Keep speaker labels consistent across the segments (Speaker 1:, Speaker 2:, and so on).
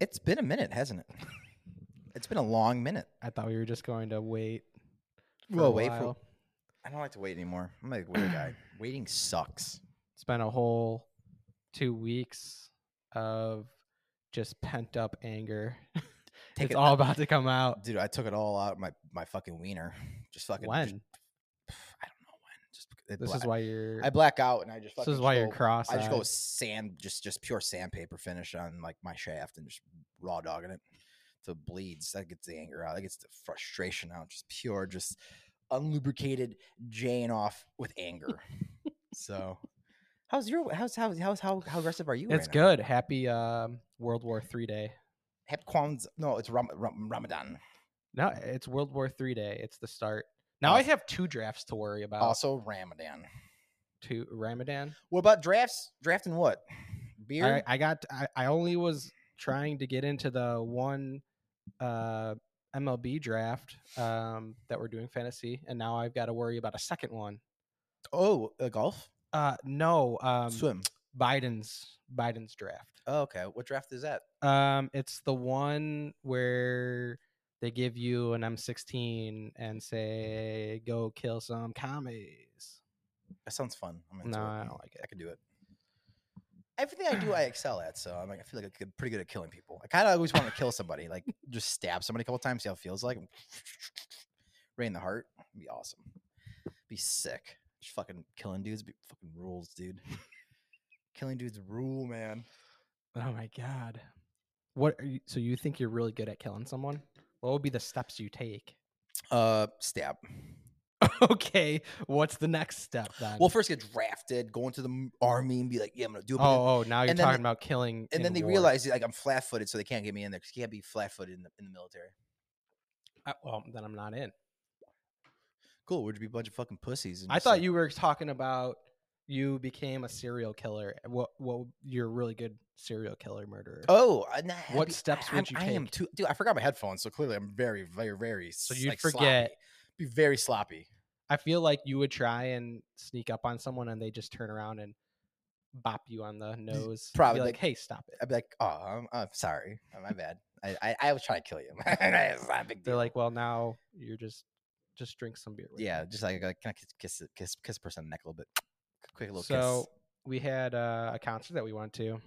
Speaker 1: It's been a minute, hasn't it? It's been a long minute.
Speaker 2: I thought we were just going to wait. For
Speaker 1: Well,
Speaker 2: a
Speaker 1: wait for-
Speaker 2: while.
Speaker 1: I don't like to wait anymore. I'm like a weird guy. Waiting sucks.
Speaker 2: It's been a whole two weeks of just pent up anger.
Speaker 1: Take
Speaker 2: it's
Speaker 1: it-
Speaker 2: all about to come out.
Speaker 1: Dude, I took it all out of my, my fucking wiener. Just fucking
Speaker 2: When?
Speaker 1: just- I don't know when. Just it
Speaker 2: this
Speaker 1: bla-
Speaker 2: is why you're.
Speaker 1: I black out and I just
Speaker 2: this
Speaker 1: fucking
Speaker 2: is why you're
Speaker 1: go-
Speaker 2: cross.
Speaker 1: I just go sand, just just pure sandpaper finish on like my shaft and just raw dogging it till it bleeds. That gets the anger out. That gets the frustration out. Just pure, just unlubricated Jane off with anger. so, how's your how's how's how's how how aggressive are you?
Speaker 2: It's
Speaker 1: right now?
Speaker 2: good. Happy um, World War Three Day.
Speaker 1: Happy Kwanzaa. No, it's Ram, Ram, Ramadan.
Speaker 2: No, it's World War Three Day. It's the start. Now I
Speaker 1: Awesome.
Speaker 2: have two drafts to worry about.
Speaker 1: Also Ramadan.
Speaker 2: Two Ramadan.
Speaker 1: What about drafts? Drafting what? Beer.
Speaker 2: I, I got. I, I only was trying to get into the one uh, MLB draft um, that we're doing fantasy, and now I've got to worry about a second one.
Speaker 1: Oh, uh, golf.
Speaker 2: Uh, no, um,
Speaker 1: Swim.
Speaker 2: Biden's Biden's draft.
Speaker 1: Oh, okay. What draft is that?
Speaker 2: Um, it's the one where they give you an M16 and say, "Go kill some commies."
Speaker 1: That sounds fun. I'm into
Speaker 2: No,
Speaker 1: it.
Speaker 2: I don't like
Speaker 1: I
Speaker 2: it.
Speaker 1: could do it. Everything I do, I excel at. So I'm like, I feel like I'm pretty good at killing people. I kind of always want to kill somebody, like just stab somebody a couple times, see how it feels like. Right in the heart, It'd be awesome. Be sick. Just fucking killing dudes, be fucking rules, dude. killing dudes rule, man.
Speaker 2: Oh my god! What? Are you, so you think you're really good at killing someone? What would be the steps you take?
Speaker 1: Uh, stab.
Speaker 2: okay, what's the next step then?
Speaker 1: Well, first get drafted, go into the m- army, and be like, yeah, I'm gonna do it. but then-
Speaker 2: oh, oh, now you're
Speaker 1: and then
Speaker 2: talking
Speaker 1: they-
Speaker 2: about killing.
Speaker 1: and
Speaker 2: in
Speaker 1: then they
Speaker 2: war.
Speaker 1: realize like I'm flat footed, so they can't get me in there because you can't be flat footed in the, in the military.
Speaker 2: I, well, then I'm not in.
Speaker 1: Cool, we'd be a bunch of fucking pussies. And
Speaker 2: I
Speaker 1: just,
Speaker 2: thought
Speaker 1: like-
Speaker 2: you were talking about you became a serial killer. eh, What? What? You're a really good serial killer murderer.
Speaker 1: Oh, uh, nah,
Speaker 2: What
Speaker 1: be-
Speaker 2: steps
Speaker 1: I-
Speaker 2: would
Speaker 1: I'm-
Speaker 2: you
Speaker 1: I am
Speaker 2: take?
Speaker 1: too, dude. I forgot my headphones, so clearly I'm very, very, very.
Speaker 2: So
Speaker 1: s-
Speaker 2: you'd
Speaker 1: like,
Speaker 2: forget.
Speaker 1: sloppy. Be very sloppy.
Speaker 2: I feel like you would try and sneak up on someone and they just turn around and bop you on the nose. Be
Speaker 1: probably,
Speaker 2: like,
Speaker 1: like-
Speaker 2: hey, stop it.
Speaker 1: I'd be like, "Oh, I'm, I'm sorry. Uh, My bad. I, I, I was trying to kill you. It's not a big
Speaker 2: They're
Speaker 1: deal."
Speaker 2: like, well, now you're just just drink some beer. With me."
Speaker 1: yeah, just like, like, can I kiss, kiss, the- kiss, kiss the person on the neck a little bit? Quick little
Speaker 2: So
Speaker 1: kiss.
Speaker 2: we had uh, a concert that we went to.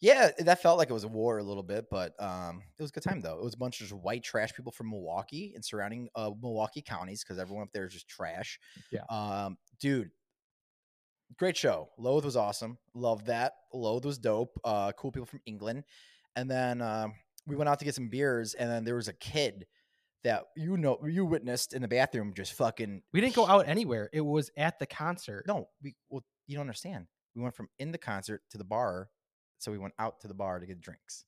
Speaker 1: Yeah, that felt like it was a war a little bit, but um, it was a good time though. It was a bunch of just white trash people from Milwaukee and surrounding uh, Milwaukee counties because everyone up there is just trash.
Speaker 2: Yeah.
Speaker 1: Um, dude, great show. Loath was awesome. Love that. Loath was dope. Uh, cool people from England, and then um, we went out to get some beers, and then there was a kid that you know you witnessed in the bathroom just fucking.
Speaker 2: We didn't go out anywhere. It was at the concert.
Speaker 1: No, we well, you don't understand. We went from in the concert to the bar, so we went out to the bar to get drinks.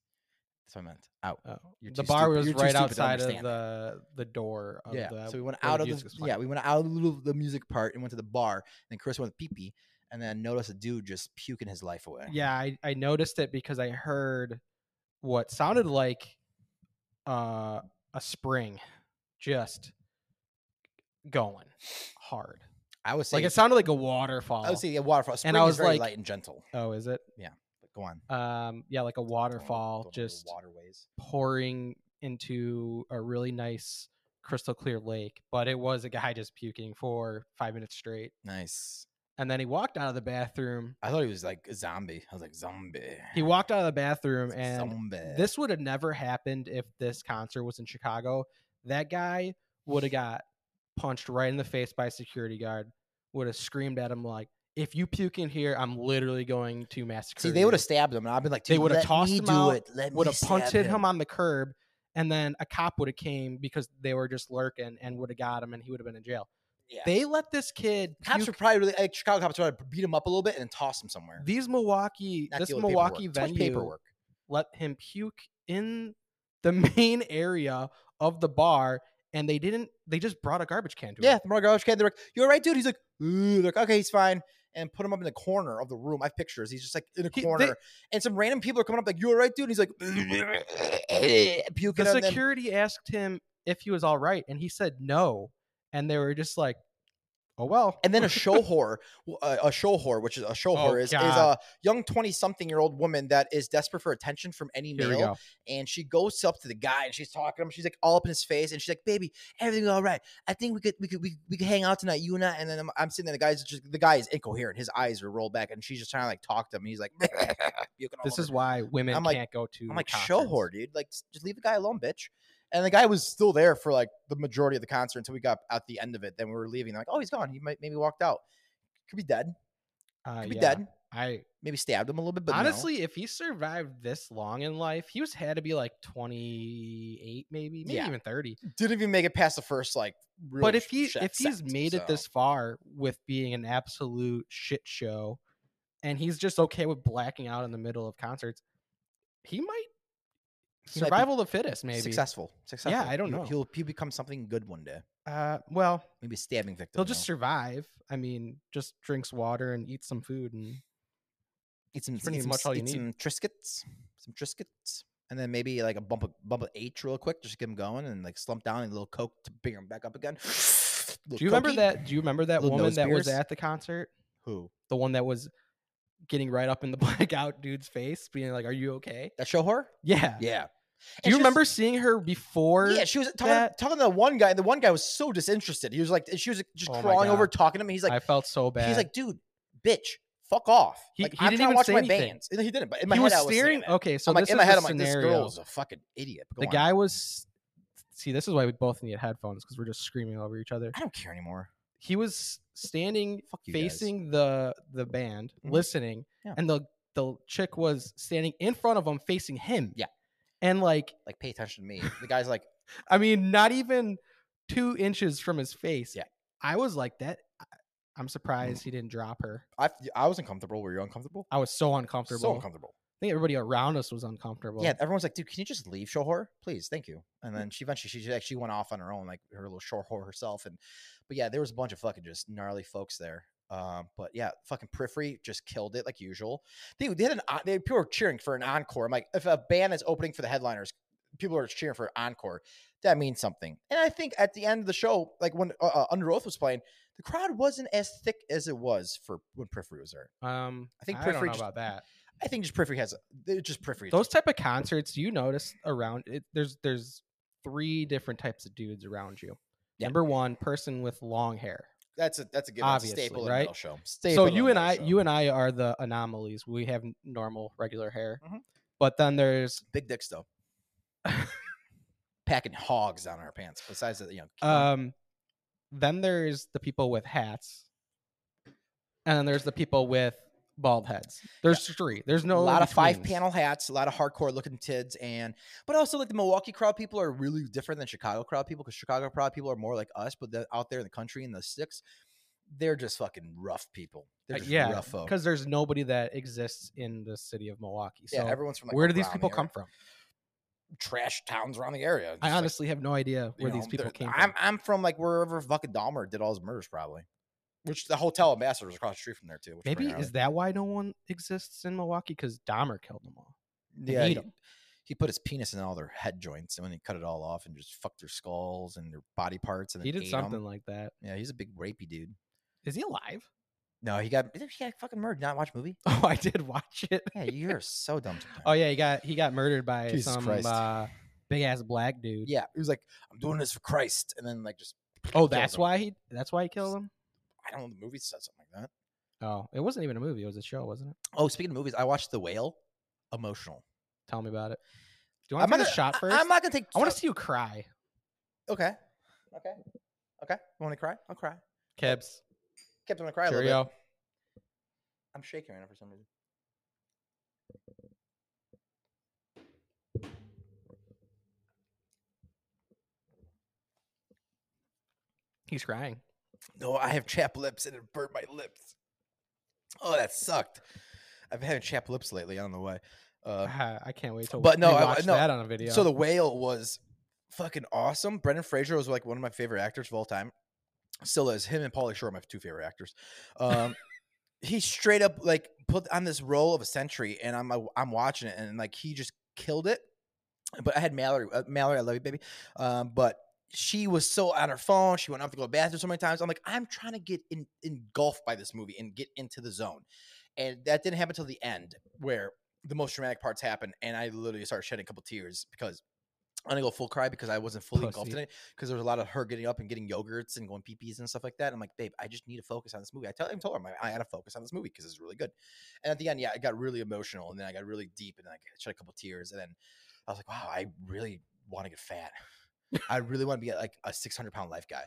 Speaker 1: That's what I meant. Out.
Speaker 2: Oh,
Speaker 1: You're
Speaker 2: the
Speaker 1: too
Speaker 2: bar
Speaker 1: stupid-
Speaker 2: was
Speaker 1: you're too
Speaker 2: right
Speaker 1: stupid to
Speaker 2: outside of
Speaker 1: understand
Speaker 2: the the door. Of
Speaker 1: yeah.
Speaker 2: Oh, The, uh,
Speaker 1: so we went
Speaker 2: where
Speaker 1: out
Speaker 2: the
Speaker 1: of
Speaker 2: music
Speaker 1: the
Speaker 2: was
Speaker 1: yeah,
Speaker 2: playing.
Speaker 1: we went out of the little- the music part and went to the bar. And then Chris went pee pee, and then noticed a dude just puking his life away.
Speaker 2: yeah. I, I noticed it because I heard what sounded like uh, a spring just going hard.
Speaker 1: I would say
Speaker 2: Like it sounded like a waterfall.
Speaker 1: I would say a waterfall. Spring
Speaker 2: And I
Speaker 1: is
Speaker 2: was
Speaker 1: very
Speaker 2: like-
Speaker 1: light and gentle.
Speaker 2: oh, is it?
Speaker 1: But go on.
Speaker 2: Um, yeah, like a
Speaker 1: Don't know-
Speaker 2: waterfall
Speaker 1: don't know the
Speaker 2: just
Speaker 1: waterways.
Speaker 2: pouring into a really nice crystal clear lake. But it was a guy just puking for five minutes straight.
Speaker 1: Nice.
Speaker 2: And then he walked out of the bathroom.
Speaker 1: I thought he was like a zombie. I was like zombie.
Speaker 2: He walked out of the bathroom and
Speaker 1: zombie.
Speaker 2: this would have never happened if this concert was in Chicago. That guy would have got punched right in the face by a security guard, would have screamed at him like, if you puke in here, I'm literally going to massacre
Speaker 1: See, they
Speaker 2: you."
Speaker 1: would have stabbed him, and I've been like,
Speaker 2: They
Speaker 1: "Dude,
Speaker 2: would have
Speaker 1: let
Speaker 2: tossed
Speaker 1: me
Speaker 2: him
Speaker 1: do
Speaker 2: out,
Speaker 1: It. Let
Speaker 2: would
Speaker 1: me
Speaker 2: have
Speaker 1: stab
Speaker 2: punted him. on the curb, and then a cop would have came because they were just lurking and would have got him, and he would have been in jail.
Speaker 1: Yeah.
Speaker 2: They let this kid.
Speaker 1: cops
Speaker 2: puke-
Speaker 1: were probably really like Chicago cops would probably beat him up a little bit and then toss him somewhere.
Speaker 2: These Milwaukee,
Speaker 1: Not
Speaker 2: this
Speaker 1: deal with paperwork.
Speaker 2: Milwaukee
Speaker 1: Too much
Speaker 2: venue
Speaker 1: paperwork.
Speaker 2: let him puke in the main area of the bar, and they didn't. They just brought a garbage can to
Speaker 1: Yeah,
Speaker 2: him.
Speaker 1: Mark Grouch came. They're like, "You're right, dude." He's like, "Ooh," they're like, "Okay, he's fine," and put him up in the corner of the room. I have pictures. He's just like in a
Speaker 2: He- they-
Speaker 1: corner, and some random people are coming up like, "You're right, dude." And he's like, puking
Speaker 2: The
Speaker 1: on them.
Speaker 2: security asked him if he was all right, and he said no, and they were just like, oh well.
Speaker 1: And then a show whore, w- uh, a, a show whore, which is a show
Speaker 2: Oh,
Speaker 1: whore, is, is a
Speaker 2: God.
Speaker 1: young twenty-something-year-old woman that is desperate for attention from any
Speaker 2: Here we
Speaker 1: male,
Speaker 2: go.
Speaker 1: and she goes up to the guy and she's talking to him. She's like all up in his face, and she's like, "Baby, everything's all right. I think we could we could we, we could hang out tonight, you and I." And then I'm, I'm sitting there. The guy's just the guy is incoherent. His eyes are rolled back, and she's just trying to like talk to him. And he's like, puking all
Speaker 2: This
Speaker 1: over
Speaker 2: is why women
Speaker 1: I'm like-
Speaker 2: can't go to.
Speaker 1: I'm like, show
Speaker 2: concerts.
Speaker 1: whore, dude. Like, s- just leave the guy alone, bitch. And the guy was still there for like the majority of the concert until we got at the end of it. Then we were leaving. Like, oh, he's gone. He might maybe walked out. Could be dead.
Speaker 2: Uh,
Speaker 1: Could be
Speaker 2: yeah.
Speaker 1: dead.
Speaker 2: I
Speaker 1: Maybe stabbed him a little bit. But no.
Speaker 2: honestly, if he survived this long in life, he was had to be like twenty eight, maybe, maybe
Speaker 1: Yeah.
Speaker 2: even thirty.
Speaker 1: didn't even make it past the first like. Real
Speaker 2: but if
Speaker 1: sh-
Speaker 2: he
Speaker 1: sh-
Speaker 2: if he's
Speaker 1: sentence,
Speaker 2: made it
Speaker 1: so.
Speaker 2: this far with being an absolute shit show, and he's just okay with blacking out in the middle of concerts, he might
Speaker 1: He might be
Speaker 2: survival of the fittest, maybe.
Speaker 1: successful, successful.
Speaker 2: I don't
Speaker 1: He-
Speaker 2: know.
Speaker 1: He'll he become something good one day.
Speaker 2: Uh, well,
Speaker 1: Maybe a stabbing victim.
Speaker 2: he'll
Speaker 1: you
Speaker 2: just
Speaker 1: know?
Speaker 2: survive. I mean, just drinks water and eats some food, and
Speaker 1: eat some,
Speaker 2: pretty
Speaker 1: eat some
Speaker 2: much
Speaker 1: s-
Speaker 2: all you
Speaker 1: eat
Speaker 2: need.
Speaker 1: some Triscuits, some Triscuits, and then maybe like a bump of bump of H real quick, just to get him going, and like slump down and a little Coke to bring him back up again.
Speaker 2: do you remember that? Do you remember that
Speaker 1: Little
Speaker 2: woman
Speaker 1: nose
Speaker 2: that was
Speaker 1: beers.
Speaker 2: at the concert?
Speaker 1: Who
Speaker 2: the one that was getting right up in the blackout dude's face, being like, "Are you okay?"
Speaker 1: that show her?
Speaker 2: Yeah.
Speaker 1: Yeah. And she
Speaker 2: Do
Speaker 1: was-
Speaker 2: you remember seeing her before?
Speaker 1: Yeah, she was talking,
Speaker 2: that?
Speaker 1: talking to the one guy. and The one guy was so disinterested. He was like, she was just
Speaker 2: Oh my
Speaker 1: crawling over,
Speaker 2: God.
Speaker 1: talking to him. and He's like,
Speaker 2: I felt so bad.
Speaker 1: he's like, dude, bitch, fuck off.
Speaker 2: He-
Speaker 1: like,
Speaker 2: he
Speaker 1: I'm
Speaker 2: didn't
Speaker 1: trying to
Speaker 2: even
Speaker 1: watch
Speaker 2: say
Speaker 1: my
Speaker 2: anything.
Speaker 1: bands. And he didn't. But in my
Speaker 2: he
Speaker 1: head,
Speaker 2: was
Speaker 1: I was
Speaker 2: staring.
Speaker 1: thinking that.
Speaker 2: Okay, so
Speaker 1: I'm like,
Speaker 2: this
Speaker 1: in
Speaker 2: is
Speaker 1: my head,
Speaker 2: the
Speaker 1: I'm like, this
Speaker 2: scenario.
Speaker 1: girl is a fucking idiot. But go
Speaker 2: the
Speaker 1: on.
Speaker 2: guy was. See, this is why we both need headphones because we're just screaming over each other.
Speaker 1: I don't care anymore.
Speaker 2: He was standing
Speaker 1: Fuck you. guys.
Speaker 2: facing the the band,
Speaker 1: Mhm.
Speaker 2: listening,
Speaker 1: Yeah.
Speaker 2: and the the chick was standing in front of him, facing him.
Speaker 1: Yeah.
Speaker 2: and like
Speaker 1: like pay attention to me. The guy's like,
Speaker 2: I mean, not even two inches from his face.
Speaker 1: Yeah. Mm.
Speaker 2: I was like that. I- I'm surprised he didn't drop her.
Speaker 1: I, I was uncomfortable. Were you uncomfortable?
Speaker 2: I was so uncomfortable.
Speaker 1: So uncomfortable.
Speaker 2: I think everybody around us was uncomfortable.
Speaker 1: yeah, everyone's like, dude, can you just leave Shohor, please? Thank you. And then she eventually she actually went off on her own, like her little Shohor herself. And but yeah, there was a bunch of fucking just gnarly folks there. Um, but yeah, fucking periphery just killed it like usual. They, they had an en- they people were cheering for an encore. I'm like, if a band is opening for the headliners, people are cheering for an encore. That means something. And I think at the end of the show, like when uh, uh, Under Oath was playing, the crowd wasn't as thick as it was for when Periphery was there.
Speaker 2: Um,
Speaker 1: I think
Speaker 2: I don't
Speaker 1: Periphery
Speaker 2: know
Speaker 1: just-
Speaker 2: about that.
Speaker 1: I think just periphery has it just periphery. is
Speaker 2: Those
Speaker 1: just-
Speaker 2: type of concerts, you notice around it, there's there's three different types of dudes around you.
Speaker 1: Yeah.
Speaker 2: Number one, person with long hair.
Speaker 1: that's a that's a given. It's a
Speaker 2: Obviously,
Speaker 1: staple in
Speaker 2: right?
Speaker 1: metal show. Staple
Speaker 2: so you
Speaker 1: in
Speaker 2: and
Speaker 1: metal
Speaker 2: I,
Speaker 1: show.
Speaker 2: you and I are the anomalies. We have n- normal, regular hair.
Speaker 1: Mhm.
Speaker 2: But then there's
Speaker 1: big dicks though, packing hogs down our pants. Besides that, you know,
Speaker 2: Um, then there's the people with hats, and then there's the people with bald heads. There's three. There's no
Speaker 1: a lot of five
Speaker 2: in-betweens.
Speaker 1: panel hats, a lot of hardcore looking tids, and but also like the Milwaukee crowd people are really different than Chicago crowd people because Chicago crowd people are more like us, but they're out there in the country in the sticks, they're just fucking rough people. They're
Speaker 2: Uh,
Speaker 1: just
Speaker 2: yeah,
Speaker 1: rough folk.
Speaker 2: because there's nobody that exists in the city of Milwaukee. So
Speaker 1: yeah, everyone's from like
Speaker 2: where do these
Speaker 1: around
Speaker 2: people
Speaker 1: the
Speaker 2: come
Speaker 1: area-
Speaker 2: from?
Speaker 1: Trash towns around the area.
Speaker 2: I
Speaker 1: just, like,
Speaker 2: honestly have no idea
Speaker 1: you
Speaker 2: where
Speaker 1: know,
Speaker 2: these people
Speaker 1: they're-
Speaker 2: came
Speaker 1: I'm,
Speaker 2: from.
Speaker 1: I'm from like wherever fucking Dahmer did all his murders, probably. Which the hotel ambassador was across the street from there too. Which
Speaker 2: Maybe is that why no one exists in Milwaukee? Because Dahmer killed them all. they
Speaker 1: yeah.
Speaker 2: need
Speaker 1: He,
Speaker 2: 'em.
Speaker 1: he put his penis in all their head joints, and when he cut it all off, and just fucked their skulls and their body parts, and
Speaker 2: He
Speaker 1: then
Speaker 2: did
Speaker 1: ate 'em.
Speaker 2: something like that.
Speaker 1: Yeah, he's a big rapey dude.
Speaker 2: Is he alive?
Speaker 1: No, he got he got fucking murdered. Did you Not watch a movie.
Speaker 2: Oh, I did watch it.
Speaker 1: Yeah, you're so dumb. sometimes.
Speaker 2: Oh yeah, he got he got murdered by
Speaker 1: Jesus
Speaker 2: some
Speaker 1: Christ.
Speaker 2: uh, big ass black dude.
Speaker 1: yeah. He was like, I'm doing this for Christ, and then like just
Speaker 2: Oh,
Speaker 1: killed
Speaker 2: that's
Speaker 1: him.
Speaker 2: why he that's why he killed him.
Speaker 1: I don't know. The movie said something like that.
Speaker 2: Oh, it wasn't even a movie. It was a show, wasn't it?
Speaker 1: Oh, speaking of movies, I watched The Whale. Emotional.
Speaker 2: Tell me about it. Do you want to
Speaker 1: not
Speaker 2: take a shot
Speaker 1: gonna-
Speaker 2: first?
Speaker 1: I-
Speaker 2: i
Speaker 1: I'm not gonna take.
Speaker 2: want to see you cry,
Speaker 1: Okay. Okay. Okay. You want to cry? I'll cry.
Speaker 2: Kebs.
Speaker 1: Kept on to cry a little bit.
Speaker 2: Cheerio.
Speaker 1: I'm shaking right now for some reason.
Speaker 2: He's crying.
Speaker 1: No, I have chapped lips and it burnt my lips. Oh, that sucked. I've been having chapped lips lately. I don't know why. Uh,
Speaker 2: Ah, I can't wait to
Speaker 1: but
Speaker 2: but
Speaker 1: no,
Speaker 2: no,
Speaker 1: I-
Speaker 2: watch
Speaker 1: no.
Speaker 2: that on a video.
Speaker 1: So the whale was fucking awesome. Brendan Fraser was like one of my favorite actors of all time. Still is. Him and Paulie Shore are my two favorite actors. Um, he straight up like put on this role of a century, and I'm I'm watching it, and like he just killed it. But I had Mallory, uh, Mallory, I love you, baby. Um, but she was so on her phone. She went off to go to the bathroom so many times. I'm like, I'm trying to get in, engulfed by this movie and get into the zone. And that didn't happen till the end, where the most dramatic parts happen. And I literally started shedding a couple tears because I'm gonna go full cry because I wasn't fully engulfed in
Speaker 2: Pussy.
Speaker 1: it. Because there was a lot of her getting up and getting yogurts and going peepees and stuff like that. I'm like, babe, I just need to focus on this movie. I tell, I told her, I'm like, I gotta focus on this movie because it's really good. And at the end, yeah, it got really emotional, and then I got really deep, and then I shed a couple tears, and then I was like, wow, I really want to get fat. I really want to be like a 600 pound life guy,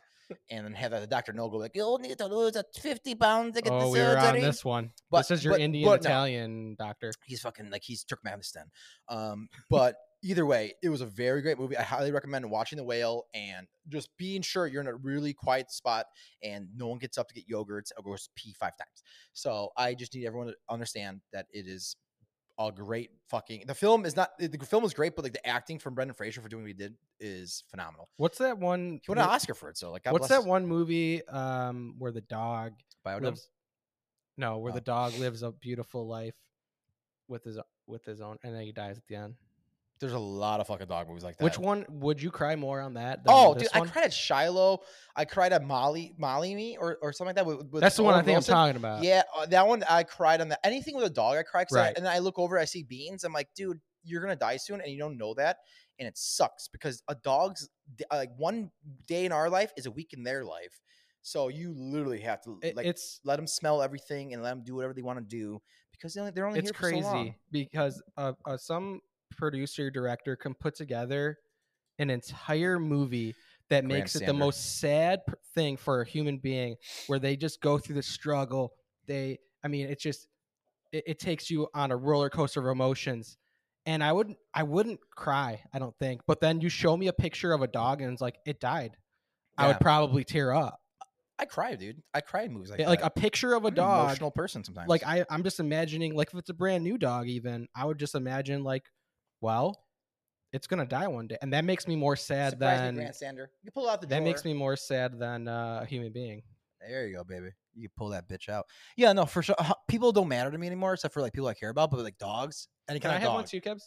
Speaker 1: and then have the doctor no go like, you need to lose a 50 pounds to get
Speaker 2: Oh,
Speaker 1: the
Speaker 2: we were on
Speaker 1: surgery.
Speaker 2: this one.
Speaker 1: But-
Speaker 2: this is your
Speaker 1: but-
Speaker 2: Indian
Speaker 1: but no.
Speaker 2: Italian doctor.
Speaker 1: he's fucking like he's Turkmenistan. Um, but either way, it was a very great movie. I highly recommend watching The Whale and just being sure you're in a really quiet spot and no one gets up to get yogurts or goes pee five times. So I just need everyone to understand that it is a great fucking. The film is not the film is great, but like the acting from Brendan Fraser for doing what he did is phenomenal.
Speaker 2: What's that one?
Speaker 1: He won an
Speaker 2: mo-
Speaker 1: Oscar for it, so like God
Speaker 2: what's
Speaker 1: bless
Speaker 2: that one movie um, where the dog
Speaker 1: Biodome?
Speaker 2: lives? No, where
Speaker 1: Oh.
Speaker 2: the dog lives a beautiful life with his with his own, and then he dies at the end.
Speaker 1: There's a lot of fucking dog movies like that.
Speaker 2: Which one would you cry more on that? Than
Speaker 1: Oh, dude,
Speaker 2: this
Speaker 1: I
Speaker 2: one?
Speaker 1: cried at Shiloh. I cried at Molly, Molly me, or, or something like that. With, with
Speaker 2: That's the one I
Speaker 1: Owen
Speaker 2: think
Speaker 1: Wilson.
Speaker 2: I'm talking about.
Speaker 1: Yeah, uh, that one I cried on that. Anything with a dog, I cried. 'cause I-
Speaker 2: Right.
Speaker 1: and then I look over, I see beans. I'm like, dude, you're gonna die soon, and you don't know that, and it sucks because a dog's d- uh, like one day in our life is a week in their life. So you literally have to
Speaker 2: It-
Speaker 1: like
Speaker 2: it's
Speaker 1: let them smell everything and let them do whatever they want to do because they're only, they're only
Speaker 2: it's
Speaker 1: here for so
Speaker 2: crazy
Speaker 1: long.
Speaker 2: because uh, uh, some producer director can put together an entire movie that
Speaker 1: Grant
Speaker 2: makes it the
Speaker 1: Sander.
Speaker 2: most sad p- thing for a human being where they just go through the struggle they i mean it's just it, it takes you on a roller coaster of emotions and i wouldn't i wouldn't cry i don't think but then you show me a picture of a dog and it's like it died i
Speaker 1: Yeah.
Speaker 2: would probably tear up
Speaker 1: I cry, dude. I cry in movies like
Speaker 2: Yeah, like
Speaker 1: that.
Speaker 2: a picture of a
Speaker 1: I'm an
Speaker 2: dog
Speaker 1: emotional person sometimes.
Speaker 2: like I, I'm just imagining like if it's a brand new dog even I would just imagine like well it's gonna die one day and that makes me more sad
Speaker 1: Surprise me,
Speaker 2: than
Speaker 1: Grant Sander. You pull out the
Speaker 2: that makes
Speaker 1: drawer.
Speaker 2: me more sad than uh, a human being
Speaker 1: There you go, baby. You pull that bitch out. Yeah, no, for sure. Uh, People don't matter to me anymore, except for like people I care about. But like dogs, any
Speaker 2: can I
Speaker 1: kind
Speaker 2: have one
Speaker 1: of
Speaker 2: too Kebs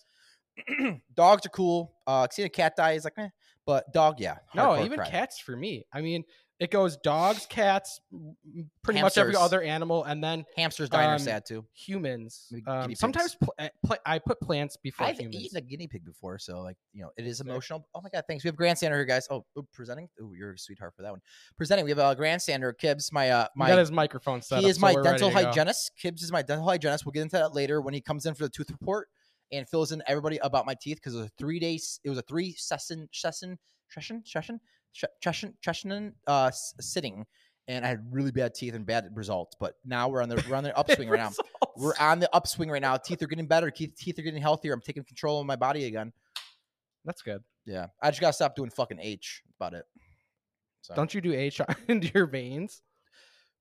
Speaker 1: dog. Dogs are cool. Uh, seeing a cat die is like, eh. but dog, yeah.
Speaker 2: no
Speaker 1: hardcore
Speaker 2: even
Speaker 1: cry.
Speaker 2: cats for me I mean it goes dogs cats m- m- pretty much every
Speaker 1: Hamsters.
Speaker 2: other animal and then
Speaker 1: hamsters dying are
Speaker 2: um,
Speaker 1: sad too.
Speaker 2: humans
Speaker 1: Maybe guinea
Speaker 2: um,
Speaker 1: pigs.
Speaker 2: sometimes pl- uh, pla- I put plants before
Speaker 1: I've
Speaker 2: humans
Speaker 1: eaten a guinea pig before, so like you know, it is
Speaker 2: Fair.
Speaker 1: emotional. Oh my god, thanks. We have Grand Sander here, guys. Oh, oh, presenting. Oh, you're a sweetheart for that one. Presenting. We have uh, Grand Sander Kibbs, my uh,
Speaker 2: my,
Speaker 1: my
Speaker 2: got his microphone set
Speaker 1: He
Speaker 2: up,
Speaker 1: is
Speaker 2: so
Speaker 1: my
Speaker 2: we're ready
Speaker 1: dental
Speaker 2: to go.
Speaker 1: hygienist. Kibbs is my dental hygienist. We'll get into that later when he comes in for the tooth report and fills in everybody about my teeth because it was a three day. s- It was a three session session session session session session uh, s- sitting, and I had really bad teeth and bad results. But now we're on the we're on the upswing right now. We're
Speaker 2: Results.
Speaker 1: on the upswing right now. Teeth are getting better. Teeth, teeth are getting healthier. I'm taking control of my body again.
Speaker 2: that's good
Speaker 1: Yeah, I just gotta stop doing fucking H about it. So
Speaker 2: don't you do H into your veins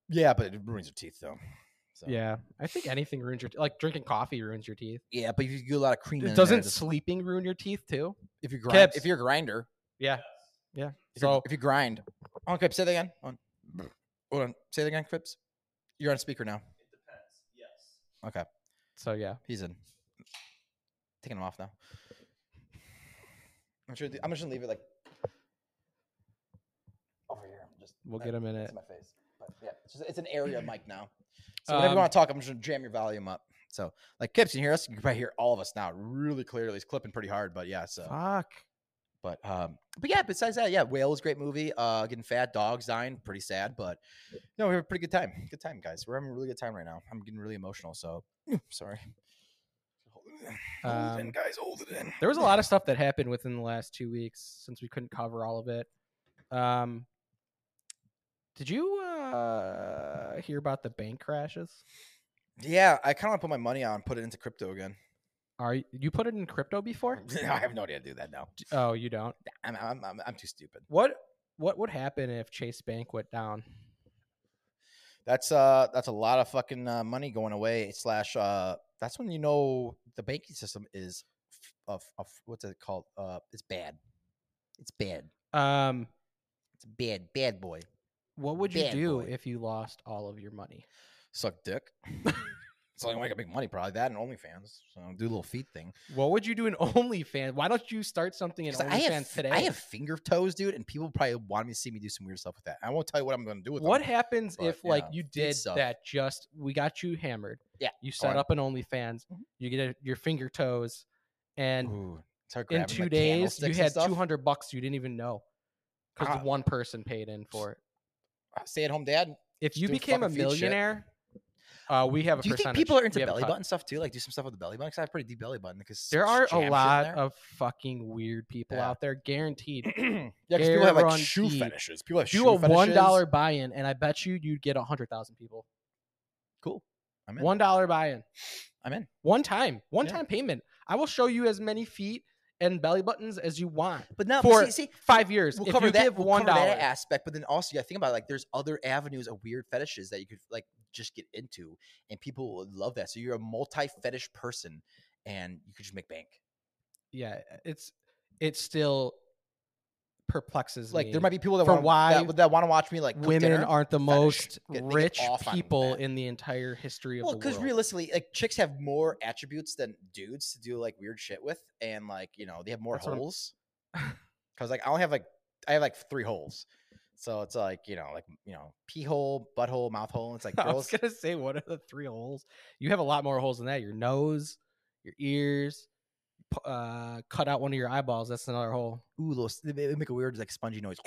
Speaker 1: yeah, but it ruins your teeth though. So.
Speaker 2: Yeah, I think anything ruins your like drinking coffee ruins your teeth.
Speaker 1: yeah, but if you get a lot of cream. in there,
Speaker 2: Doesn't
Speaker 1: it just-
Speaker 2: sleeping ruin your teeth too?
Speaker 1: if you grind,
Speaker 2: Kibs.
Speaker 1: if you're a grinder,
Speaker 2: Yeah, yeah.
Speaker 1: If you-
Speaker 2: So
Speaker 1: if you grind, hold on, Crips, say that again. Hold on. Hold on. Say that again, Crips. You're on speaker now. Okay,
Speaker 2: so yeah.
Speaker 1: he's in. Taking him off now. I'm sure. I'm just gonna leave it like over here. Just
Speaker 2: We'll
Speaker 1: uh,
Speaker 2: get him in
Speaker 1: It's
Speaker 2: it.
Speaker 1: my face, but yeah, it's, just, it's an area mic now. So whenever you
Speaker 2: Um,
Speaker 1: want to talk, I'm just gonna jam your volume up. So like, Kips, you can hear us? You can probably hear all of us now, really clearly. He's clipping pretty hard, but yeah. So
Speaker 2: Fuck.
Speaker 1: But um, but yeah, besides that, yeah, Whale is a great movie. Uh, getting fat, dogs dying, pretty sad, but no, we have a pretty good time. Good time, guys. We're having a really good time right now. I'm getting really emotional, so sorry. Hold it in, hold it in,
Speaker 2: Um,
Speaker 1: guys, hold it in.
Speaker 2: There was a lot of stuff that happened within the last two weeks since we couldn't cover all of it. Um, did you uh hear about the bank crashes?
Speaker 1: Yeah, I kind of want to put my money on, put it into crypto again.
Speaker 2: Are y- you put it in crypto before?
Speaker 1: I have no idea to do that now.
Speaker 2: Oh, you don't.
Speaker 1: I'm I'm I'm, I'm too stupid.
Speaker 2: What what would happen if Chase Bank went down?
Speaker 1: That's uh that's a lot of fucking uh, money going away. Slash uh that's when you know the banking system is f- of of what's it called uh it's bad. It's bad.
Speaker 2: Um,
Speaker 1: It's a bad bad boy.
Speaker 2: what would you
Speaker 1: Bad
Speaker 2: do
Speaker 1: boy.
Speaker 2: if you lost all of your money?
Speaker 1: Suck dick. It's the only way I can make money, probably that and OnlyFans. So do a little feet thing.
Speaker 2: What would you do in OnlyFans? Why don't you start something in
Speaker 1: 'Cause I
Speaker 2: OnlyFans
Speaker 1: have
Speaker 2: today?
Speaker 1: I have finger toes, dude, and people probably wanted me to see me do some weird stuff with that. I won't tell you what I'm going to do with
Speaker 2: what
Speaker 1: them.
Speaker 2: happens
Speaker 1: but,
Speaker 2: if
Speaker 1: you
Speaker 2: like
Speaker 1: know,
Speaker 2: you
Speaker 1: feed
Speaker 2: did
Speaker 1: stuff.
Speaker 2: that just we got you hammered
Speaker 1: Yeah,
Speaker 2: you set
Speaker 1: on.
Speaker 2: up an onlyfans
Speaker 1: Mhm.
Speaker 2: you get a, your finger toes and
Speaker 1: Ooh, start
Speaker 2: in
Speaker 1: grabbing,
Speaker 2: two
Speaker 1: like,
Speaker 2: days you
Speaker 1: candlesticks and
Speaker 2: had
Speaker 1: stuff. Uh,
Speaker 2: 200 bucks you didn't even know because
Speaker 1: Ah.
Speaker 2: one person paid in for it
Speaker 1: Stay-at-home dad.
Speaker 2: if you
Speaker 1: doing
Speaker 2: became a
Speaker 1: fucking feed shit.
Speaker 2: millionaire uh, we have a
Speaker 1: Do you think
Speaker 2: percentage.
Speaker 1: people are into
Speaker 2: We have a
Speaker 1: belly
Speaker 2: cut.
Speaker 1: button stuff too? Like do some stuff with the belly button? Because I have pretty deep belly button. Because
Speaker 2: there are a lot of fucking weird people
Speaker 1: Yeah.
Speaker 2: out there guaranteed
Speaker 1: yeah, because people have like shoe
Speaker 2: guaranteed.
Speaker 1: fetishes. People have
Speaker 2: do
Speaker 1: shoe
Speaker 2: a one
Speaker 1: fetishes.
Speaker 2: dollar buy-in and i bet you you'd get a hundred thousand people
Speaker 1: Cool. I'm in.
Speaker 2: one dollar buy-in
Speaker 1: I'm in.
Speaker 2: One time, one
Speaker 1: Yeah.
Speaker 2: time payment. I will show you as many feet and belly buttons as you want.
Speaker 1: But now,
Speaker 2: For-
Speaker 1: see, see,
Speaker 2: Five years.
Speaker 1: we'll
Speaker 2: if
Speaker 1: cover
Speaker 2: you
Speaker 1: that.
Speaker 2: give
Speaker 1: We'll
Speaker 2: one
Speaker 1: cover that
Speaker 2: dollar,
Speaker 1: aspect, but then also you got to think about like there's other avenues of weird fetishes that you could like just get into, and people would love that. So you're a multi fetish person, and you could just make bank.
Speaker 2: yeah, it's it still perplexes
Speaker 1: Like
Speaker 2: me.
Speaker 1: there might be people that
Speaker 2: For
Speaker 1: want
Speaker 2: why
Speaker 1: that, that want to watch me like cook
Speaker 2: women
Speaker 1: dinner.
Speaker 2: aren't the
Speaker 1: fetish.
Speaker 2: most
Speaker 1: Get- they get
Speaker 2: rich
Speaker 1: off on
Speaker 2: people
Speaker 1: that.
Speaker 2: in the entire history of
Speaker 1: Well,
Speaker 2: the
Speaker 1: because
Speaker 2: world.
Speaker 1: realistically, like chicks have more attributes than dudes to do like weird shit with, and like you know they have more
Speaker 2: That's what I'm-
Speaker 1: holes. Because like I only have like I have like three holes, so it's like you know like you know pee hole, butthole, mouth hole. and It's like
Speaker 2: I was
Speaker 1: girls.
Speaker 2: gonna say, what are the three holes? You have a lot more holes than that. Your nose, your ears, p- uh, cut out one of your eyeballs. That's another hole.
Speaker 1: ooh, those, they they make a weird like spongy noise,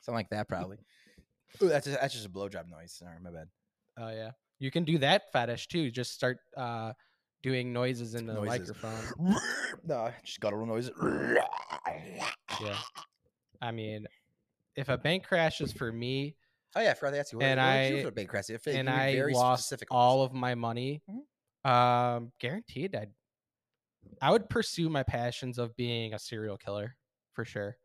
Speaker 1: something like that probably. Ooh, that's just, that's just a blowjob noise. Sorry, my bad.
Speaker 2: Oh yeah, you can do that fetish too. Just start uh, doing noises in the
Speaker 1: Noises.
Speaker 2: microphone.
Speaker 1: no, just guttural noises.
Speaker 2: Yeah. I mean, if a bank crashes for me
Speaker 1: Oh yeah, I forgot to ask you. What,
Speaker 2: And
Speaker 1: what would you do
Speaker 2: I-
Speaker 1: for a bank crash? If
Speaker 2: and I lost all of my money,
Speaker 1: Mm-hmm.
Speaker 2: um, guaranteed I'd I would pursue my passions of being a serial killer for sure.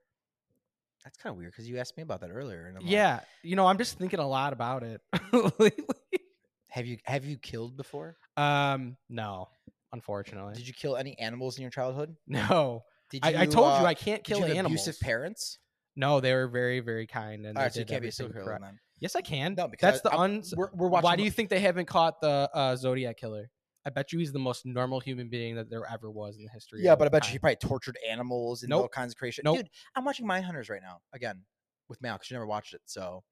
Speaker 1: That's kind of weird because you asked me about that earlier. And I'm like,
Speaker 2: yeah, you know, I'm just thinking a lot about it lately.
Speaker 1: Have you have you killed before?
Speaker 2: Um, no, unfortunately,
Speaker 1: Did you kill any animals in your childhood?
Speaker 2: no.
Speaker 1: Did
Speaker 2: I, I told you
Speaker 1: uh,
Speaker 2: I can't
Speaker 1: did
Speaker 2: kill
Speaker 1: you have
Speaker 2: animals.
Speaker 1: abusive parents.
Speaker 2: No, they were very, very kind, and
Speaker 1: All
Speaker 2: they
Speaker 1: right, so you
Speaker 2: did
Speaker 1: can't be a
Speaker 2: everything
Speaker 1: serial killer
Speaker 2: correct.
Speaker 1: then.
Speaker 2: Yes, I can.
Speaker 1: No, because
Speaker 2: that's
Speaker 1: I-
Speaker 2: the
Speaker 1: I'm-
Speaker 2: uns.
Speaker 1: We're, we're watching.
Speaker 2: Why do you think they haven't caught the uh, Zodiac killer? I bet you he's the most normal human being that there ever was in the history.
Speaker 1: Yeah,
Speaker 2: of
Speaker 1: but I bet you
Speaker 2: time.
Speaker 1: he probably tortured animals and all
Speaker 2: Nope.
Speaker 1: kinds of creation.
Speaker 2: Nope.
Speaker 1: Dude, I'm watching Mindhunters right now again with Mal because she never watched it. So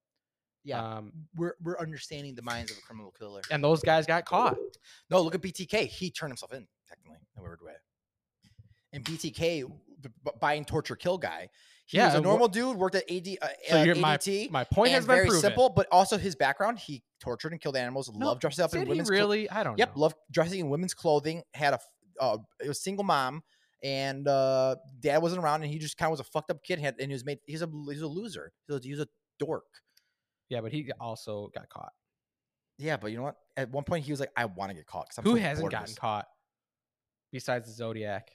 Speaker 1: yeah.
Speaker 2: Um,
Speaker 1: we're we're understanding the minds of a criminal killer.
Speaker 2: and those guys got caught.
Speaker 1: No, look at BTK. He turned himself in technically in a weird way. And BTK, the b- buy and torture kill guy. He
Speaker 2: Yeah,
Speaker 1: was a
Speaker 2: and wha-
Speaker 1: normal dude. Worked at AD, uh,
Speaker 2: So
Speaker 1: uh,
Speaker 2: you're- my
Speaker 1: ADT.
Speaker 2: My point has
Speaker 1: and
Speaker 2: been
Speaker 1: very
Speaker 2: proven.
Speaker 1: simple, but also his background. He tortured and killed animals.
Speaker 2: No,
Speaker 1: loved dressing up in
Speaker 2: Did he
Speaker 1: women's clo-
Speaker 2: really? I don't
Speaker 1: Yep,
Speaker 2: know.
Speaker 1: loved dressing in women's clothing. Had a f- uh, it was single mom, and uh, dad wasn't around, and he just kind of was a fucked up kid. Had and he was made. He's a he's a loser. He was, he was a dork.
Speaker 2: Yeah, but he also got caught.
Speaker 1: Yeah, but you know what? At one point, he was like, "I want to get caught." 'cause I'm
Speaker 2: Who
Speaker 1: so
Speaker 2: hasn't
Speaker 1: bored of
Speaker 2: gotten caught besides the Zodiac?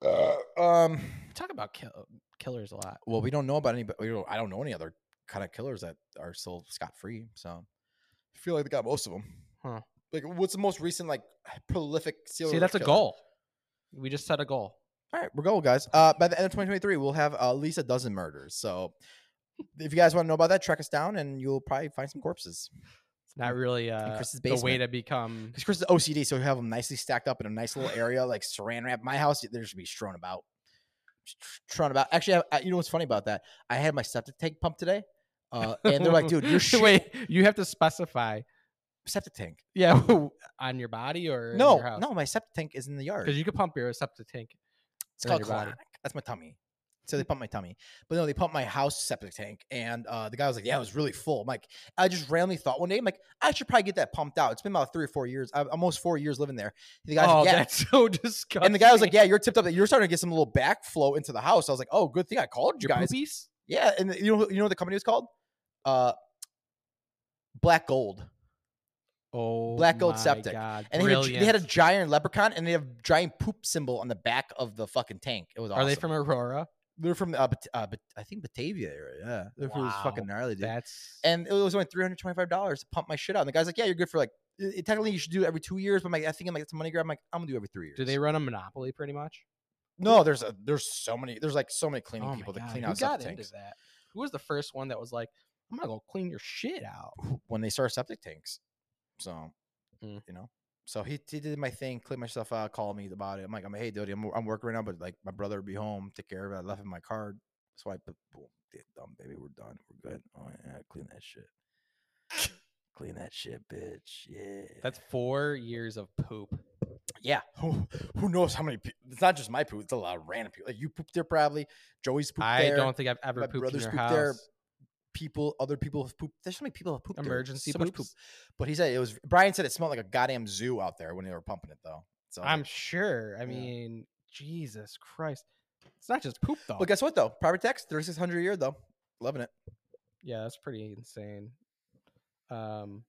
Speaker 1: this." Uh, um.
Speaker 2: We talk about kill- killers a lot.
Speaker 1: Well, we don't know about any. But we don't, I don't know any other kind of killers that are still scot free. So I feel like they got most of them.
Speaker 2: Huh.
Speaker 1: Like, what's the most recent like prolific serial?
Speaker 2: See, that's a
Speaker 1: killer?
Speaker 2: goal. We just set a goal.
Speaker 1: All right, we're going, guys. Uh, by the end of 2023, we'll have uh, at least a dozen murders. So if you guys want to know about that, track us down and you'll probably find some corpses.
Speaker 2: It's not really uh,
Speaker 1: Chris's
Speaker 2: the way
Speaker 1: basement.
Speaker 2: to become.
Speaker 1: Because Chris is OCD, so he'll have them nicely stacked up in a nice little area, like saran wrap. My house, there should be strewn about. Strewn about. Actually, I, I- you know what's funny about that? I had my septic tank pump today. Uh, and they're like, dude, your shit,
Speaker 2: Wait, you have to specify.
Speaker 1: septic tank.
Speaker 2: Yeah, on your body or in your
Speaker 1: No,
Speaker 2: house?
Speaker 1: no, my septic tank is in the yard.
Speaker 2: because you could pump your septic tank.
Speaker 1: It's
Speaker 2: Or
Speaker 1: called
Speaker 2: your body. Mm.
Speaker 1: colonic. That's my tummy. So they pumped my tummy, but no, they pumped my house septic tank, and uh, the guy was like, "Yeah, it was really full." I'm like, I just randomly thought one day, I'm like, I should probably get that pumped out. It's been about three or four years, I'm almost four years living there. The guy's
Speaker 2: oh,
Speaker 1: like, "Yeah,"
Speaker 2: that's so disgusting.
Speaker 1: and the guy was like, "Yeah, you're tipped up. You're starting to get some little backflow into the house." I was like, "Oh, good thing I called you
Speaker 2: your
Speaker 1: guys."
Speaker 2: poopies?
Speaker 1: Yeah, and the- you know, you know what the company was called? Uh, Black Gold.
Speaker 2: Oh,
Speaker 1: Black gold
Speaker 2: my
Speaker 1: septic.
Speaker 2: God,
Speaker 1: And they had, a, they had a
Speaker 2: brilliant.
Speaker 1: giant leprechaun, and they have giant poop symbol on the back of the fucking tank. It was awesome.
Speaker 2: Are they from Aurora?
Speaker 1: They're from uh, Bat- uh, Bat- I think Batavia area. Yeah, they're from- it was fucking
Speaker 2: Wow,
Speaker 1: gnarly, dude.
Speaker 2: That's
Speaker 1: and it was only three hundred twenty-five dollars to pump my shit out. And the guy's like, "Yeah, you're good for like it, it- technically you should do it every two years." But I'm like, I think I'm like it's a money grab. I'm like, I'm gonna do it every three years.
Speaker 2: do they run a monopoly pretty much?
Speaker 1: No, there's a there's so many there's like so many cleaning
Speaker 2: oh
Speaker 1: people
Speaker 2: my
Speaker 1: that
Speaker 2: God,
Speaker 1: clean
Speaker 2: who
Speaker 1: out
Speaker 2: got
Speaker 1: septic
Speaker 2: into
Speaker 1: tanks
Speaker 2: that? Who was the first one that was like, "I'm gonna go clean your shit out"?
Speaker 1: when they start septic tanks. So
Speaker 2: Mm.
Speaker 1: you know. So he, he did my thing, cleaned myself out, called me about it. I'm like, I'm hey, dude, I'm, I'm working right now, but like my brother will be home, take care of it. I left him my card, so I put, boom, did dumb baby, we're done, we're good. Oh yeah, clean that shit, clean that shit, bitch. Yeah,
Speaker 2: That's four years of poop.
Speaker 1: yeah. Who who knows how many? Pe- it's not just my poop; it's a lot of random people. Like you pooped there probably. Joey's pooped
Speaker 2: I
Speaker 1: there.
Speaker 2: don't think I've ever
Speaker 1: my
Speaker 2: pooped in
Speaker 1: brother's
Speaker 2: your
Speaker 1: pooped
Speaker 2: house.
Speaker 1: there, People, other people have pooped. There's so many people have pooped. there,
Speaker 2: Emergency
Speaker 1: so much
Speaker 2: poops.
Speaker 1: poop. But he said it was. Brian said it smelled like a goddamn zoo out there when they were pumping it, though. So
Speaker 2: I'm sure. I
Speaker 1: Yeah.
Speaker 2: mean, Jesus Christ. It's not just poop though.
Speaker 1: But guess what though? Private tax, thirty six hundred a year though. Loving it.
Speaker 2: yeah, that's pretty insane. Um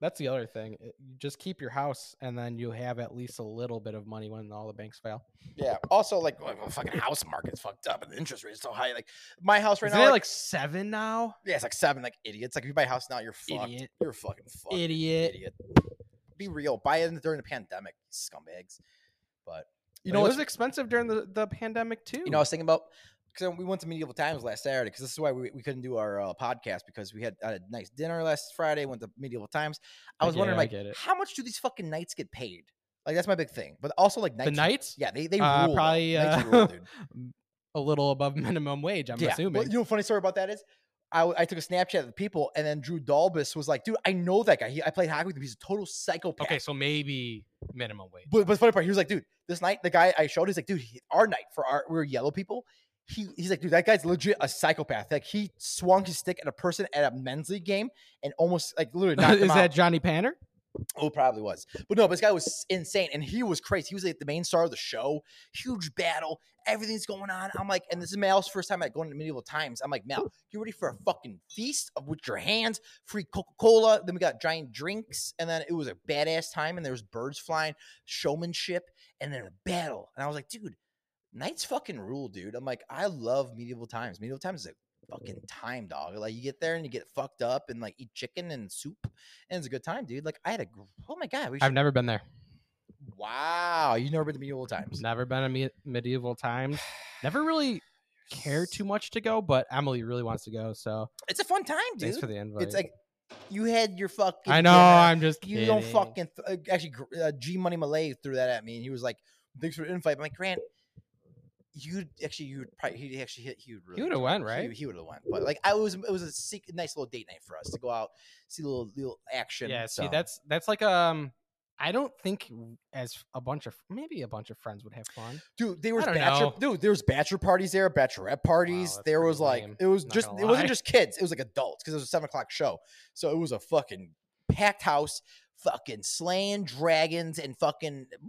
Speaker 2: that's the other thing. It- you Just keep your house and then you have at least a little bit of money when all the banks fail.
Speaker 1: Yeah. Also, like well, well, fucking house market's fucked up, and the interest rate is so high. Like my house right
Speaker 2: Isn't
Speaker 1: now,
Speaker 2: it
Speaker 1: like,
Speaker 2: like 7 now?
Speaker 1: yeah, it's like seven. Like idiots. Like if you buy a house now, you're fucked.
Speaker 2: Idiot.
Speaker 1: You're fucking fucked.
Speaker 2: Idiot.
Speaker 1: Idiot. Be real. Buy it during the pandemic, scumbags. But you
Speaker 2: You
Speaker 1: know
Speaker 2: know, it
Speaker 1: what's
Speaker 2: was expensive during the, the pandemic too.
Speaker 1: You know, I was thinking about because we went to Medieval Times last Saturday because this is why we, we couldn't do our uh, podcast because we had, had a nice dinner last Friday. Went to Medieval Times. I
Speaker 2: I
Speaker 1: was
Speaker 2: get
Speaker 1: wondering,
Speaker 2: it, I
Speaker 1: like,
Speaker 2: get it.
Speaker 1: how much do these fucking knights get paid? Like, that's my big thing. But also, like,
Speaker 2: the
Speaker 1: knights,
Speaker 2: nights?
Speaker 1: yeah, they they
Speaker 2: Uh,
Speaker 1: rule, though.
Speaker 2: probably,
Speaker 1: Knights
Speaker 2: uh,
Speaker 1: rule, dude.
Speaker 2: a little above minimum wage, I'm
Speaker 1: yeah.
Speaker 2: assuming.
Speaker 1: Well, you know, funny story about that is. I, w- I took a Snapchat of the people, and then Drew Dalbus was like, "Dude, I know that guy. He, I played hockey with him. He's a total psychopath."
Speaker 2: okay, so maybe minimum wage.
Speaker 1: But, but the funny part, he was like, dude, this night, the guy I showed, he's like, dude, he- our night for our, we were yellow people. He, he's like, dude, that guy's legit a psychopath. Like, he swung his stick at a person at a men's league game and almost, like, literally knocked him
Speaker 2: Is that
Speaker 1: out.
Speaker 2: Johnny Panner?
Speaker 1: Oh, probably was. But no, but this guy was insane and he was crazy. He was like the main star of the show. Huge battle. Everything's going on. I'm like, and this is Mal's first time at going to medieval times. I'm like, Mal, you ready for a fucking feast of with your hands? Free Coca Cola. Then we got giant drinks. And then it was a badass time and there was birds flying, showmanship, and then a battle. And I was like, dude, Knights fucking rule, dude. I'm like, I love medieval times. Medieval times is a fucking time, dog. Like you get there and you get fucked up and like eat chicken and soup, and it's a good time, dude. Like I had a, gr- oh my god, we should,
Speaker 2: I've never been there.
Speaker 1: wow, you never been to medieval times.
Speaker 2: Never been to me- medieval times. Never really care too much to go, but Emily really wants to go. So
Speaker 1: It's a fun time, dude.
Speaker 2: thanks for the invite.
Speaker 1: it's like you had your fucking.
Speaker 2: I know.
Speaker 1: dinner.
Speaker 2: I'm just
Speaker 1: you
Speaker 2: kidding.
Speaker 1: don't fucking th- uh, actually. gr- Uh, G Money Malay threw that at me, and he was like, "Thanks for the invite." I'm like, Grant, you actually, you would probably, he actually hit, he would really.
Speaker 2: would've
Speaker 1: enjoy
Speaker 2: went,
Speaker 1: it.
Speaker 2: right?
Speaker 1: He, would have went, but like I was, it was a sec- nice little date night for us to go out, see a little little action.
Speaker 2: Yeah. See,
Speaker 1: so.
Speaker 2: that's that's like um. I don't think w- as a bunch of maybe a bunch of friends would have fun.
Speaker 1: dude. There was
Speaker 2: don't
Speaker 1: bachelor,
Speaker 2: know.
Speaker 1: dude. There was bachelor parties there, bachelorette parties.
Speaker 2: that's
Speaker 1: there
Speaker 2: pretty
Speaker 1: was like
Speaker 2: lame.
Speaker 1: it was
Speaker 2: Not
Speaker 1: just
Speaker 2: gonna
Speaker 1: it wasn't
Speaker 2: lie.
Speaker 1: just kids. It was like adults because it was a seven o'clock show. So it was a fucking packed house, fucking slaying dragons and fucking woo.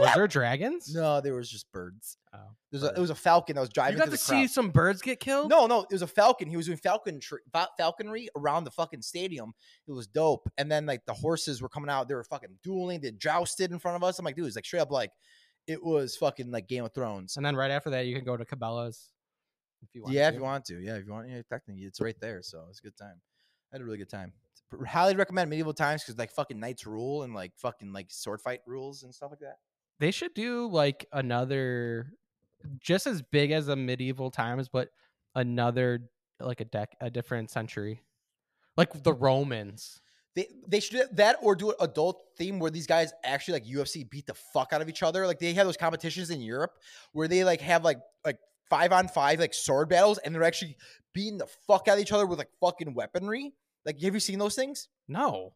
Speaker 2: Was there dragons?
Speaker 1: No, there was just birds.
Speaker 2: Oh,
Speaker 1: There's a, it
Speaker 2: birds.
Speaker 1: was a falcon that was driving.
Speaker 2: You got
Speaker 1: through
Speaker 2: to
Speaker 1: the
Speaker 2: see
Speaker 1: crowd.
Speaker 2: some birds get killed.
Speaker 1: No, no, it was a falcon. He was doing falcon tr- fa- falconry around the fucking stadium. It was dope. And then like the horses were coming out. They were fucking dueling. They jousted in front of us. I'm like, dude, it's like straight up like it was fucking like Game of Thrones.
Speaker 2: And then right after that, you can go to Cabela's. If you
Speaker 1: yeah, if
Speaker 2: to.
Speaker 1: you want to. Yeah, if you want. Yeah, technically, it's right there. So it's a good time. I had a really good time. P- Highly recommend medieval times because like fucking knights rule and like fucking like sword fight rules and stuff like that.
Speaker 2: they should do like another just as big as the medieval times but another like a deck a different century like the romans
Speaker 1: They they should do that or do an adult theme where these guys actually like UFC beat the fuck out of each other. Like they have those competitions in Europe where they like have like like five on five like sword battles and they're actually beating the fuck out of each other with like fucking weaponry. Like have you seen those things?
Speaker 2: no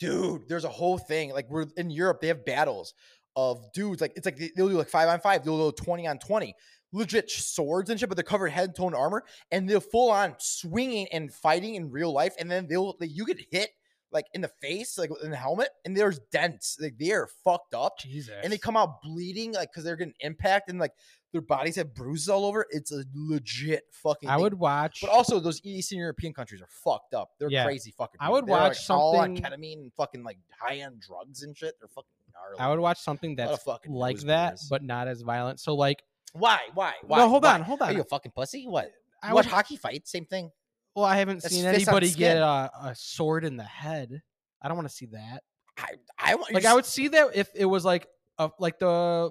Speaker 1: dude there's a whole thing like we're in europe they have battles of dudes like it's like they- they'll do like five on five they'll do 20 on 20 legit swords and shit but they're covered head and toe in armor and they're full on swinging and fighting in real life and then they'll like, you get hit like in the face like in the helmet and there's dents like they are fucked up
Speaker 2: jesus
Speaker 1: and they come out bleeding like because they're getting impact and like their bodies have bruises all over it's a legit fucking
Speaker 2: i
Speaker 1: thing.
Speaker 2: would watch
Speaker 1: But also, those Eastern European countries are fucked up. They're
Speaker 2: Yeah.
Speaker 1: crazy fucking.
Speaker 2: I
Speaker 1: people.
Speaker 2: would
Speaker 1: They're, like,
Speaker 2: watch
Speaker 1: all on
Speaker 2: something-
Speaker 1: ketamine and fucking like high end drugs and shit. They're fucking gnarly.
Speaker 2: i would watch something
Speaker 1: Lot of
Speaker 2: that's
Speaker 1: fucking
Speaker 2: like that
Speaker 1: nosebleeds.
Speaker 2: but not as violent so like
Speaker 1: why? Why? Why?
Speaker 2: no hold
Speaker 1: Why?
Speaker 2: on hold
Speaker 1: Are you
Speaker 2: on
Speaker 1: a fucking pussy? What?
Speaker 2: I
Speaker 1: You watch
Speaker 2: would-
Speaker 1: hockey fight? Same thing.
Speaker 2: well i haven't
Speaker 1: That's
Speaker 2: seen
Speaker 1: fist on
Speaker 2: anybody get
Speaker 1: skin.
Speaker 2: a, a sword in the head i don't want to see that
Speaker 1: I I want.
Speaker 2: like i would see that if it was like a, like the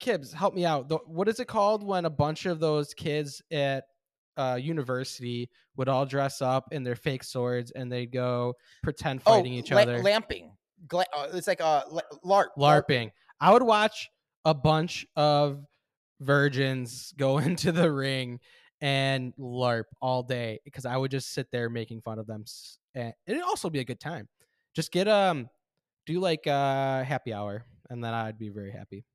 Speaker 2: kids help me out the, what is it called when a bunch of those kids at uh, university would all dress up in their fake swords and they'd go pretend
Speaker 1: oh,
Speaker 2: fighting each
Speaker 1: la-
Speaker 2: other
Speaker 1: Lamping. gla- uh, it's like uh, la- LARP.
Speaker 2: LARPing. I would watch a bunch of virgins go into the ring and LARP all day because I would just sit there making fun of them. s- And it'd also be a good time. Just get um, do like uh happy hour, and then I'd be very happy.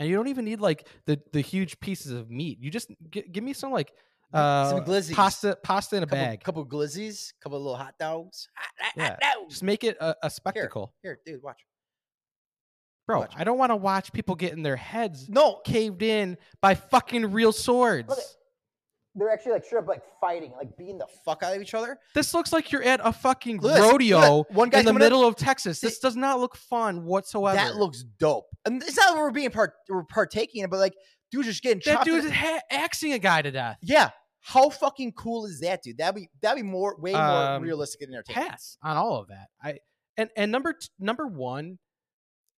Speaker 2: And you don't even need like the the huge pieces of meat. You just gi- give me some like uh
Speaker 1: Some glizzies.
Speaker 2: pasta pasta in a
Speaker 1: couple,
Speaker 2: bag.
Speaker 1: Couple glizzies, couple little hot dogs. Hot, hot,
Speaker 2: Yeah.
Speaker 1: hot dogs.
Speaker 2: Just make it a, a spectacle,
Speaker 1: Here, dude, watch.
Speaker 2: bro.
Speaker 1: watch.
Speaker 2: I don't want to watch people getting their heads
Speaker 1: No,
Speaker 2: caved in by fucking real swords.
Speaker 1: they're actually like straight up like fighting, like beating the fuck out of each other.
Speaker 2: This looks like you're at a fucking
Speaker 1: Look at this, look at
Speaker 2: rodeo
Speaker 1: that. One guy
Speaker 2: in the
Speaker 1: coming up,
Speaker 2: middle of Texas. This
Speaker 1: See-
Speaker 2: does not look fun whatsoever.
Speaker 1: That looks dope. And it's not that we're being part we're partaking in, it, but like dude just getting
Speaker 2: That
Speaker 1: chopped. in
Speaker 2: dude's
Speaker 1: the-
Speaker 2: ha- axing a guy to death.
Speaker 1: yeah. How fucking cool is that, dude? That'd be that'd be more way more
Speaker 2: Um,
Speaker 1: realistic and entertaining.
Speaker 2: Pass on all of that. I and and number t- number one,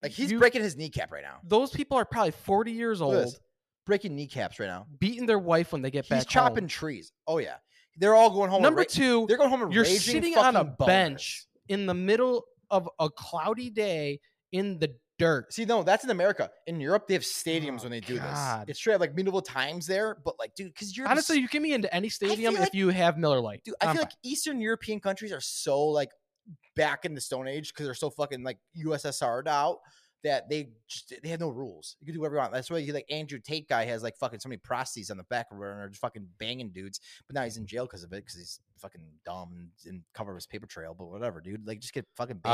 Speaker 1: Like he's
Speaker 2: you-
Speaker 1: breaking his kneecap right now.
Speaker 2: those people are probably forty years
Speaker 1: Look at this.
Speaker 2: old,
Speaker 1: Breaking kneecaps right now.
Speaker 2: beating their wife when they get
Speaker 1: He's
Speaker 2: back.
Speaker 1: chopping trees. Oh yeah. They're all going home.
Speaker 2: home.
Speaker 1: with
Speaker 2: Number
Speaker 1: ra-
Speaker 2: two,
Speaker 1: they're going home. with
Speaker 2: you're
Speaker 1: raging
Speaker 2: sitting on a
Speaker 1: fucking boners.
Speaker 2: bench in the middle of a cloudy day in the dirt.
Speaker 1: See, no, that's in America. In Europe, they have stadiums
Speaker 2: Oh,
Speaker 1: when they do
Speaker 2: God.
Speaker 1: this. It's straight up like medieval times there, but like, dude, because you're
Speaker 2: Honestly, you can be into any stadium
Speaker 1: feel like-
Speaker 2: if you have Miller Lite.
Speaker 1: dude, I
Speaker 2: I'm
Speaker 1: feel
Speaker 2: fine.
Speaker 1: like Eastern European countries are so like back in the Stone Age because they're so fucking like USSR'd out that they just, they have no rules. You can do whatever you want. That's why you like Andrew Tate guy has like fucking so many prosties on the back of her and are just fucking banging dudes, but now he's in jail because of it because he's fucking dumb and didn't cover his paper trail. But whatever, dude, like just get fucking banged.
Speaker 2: Uh,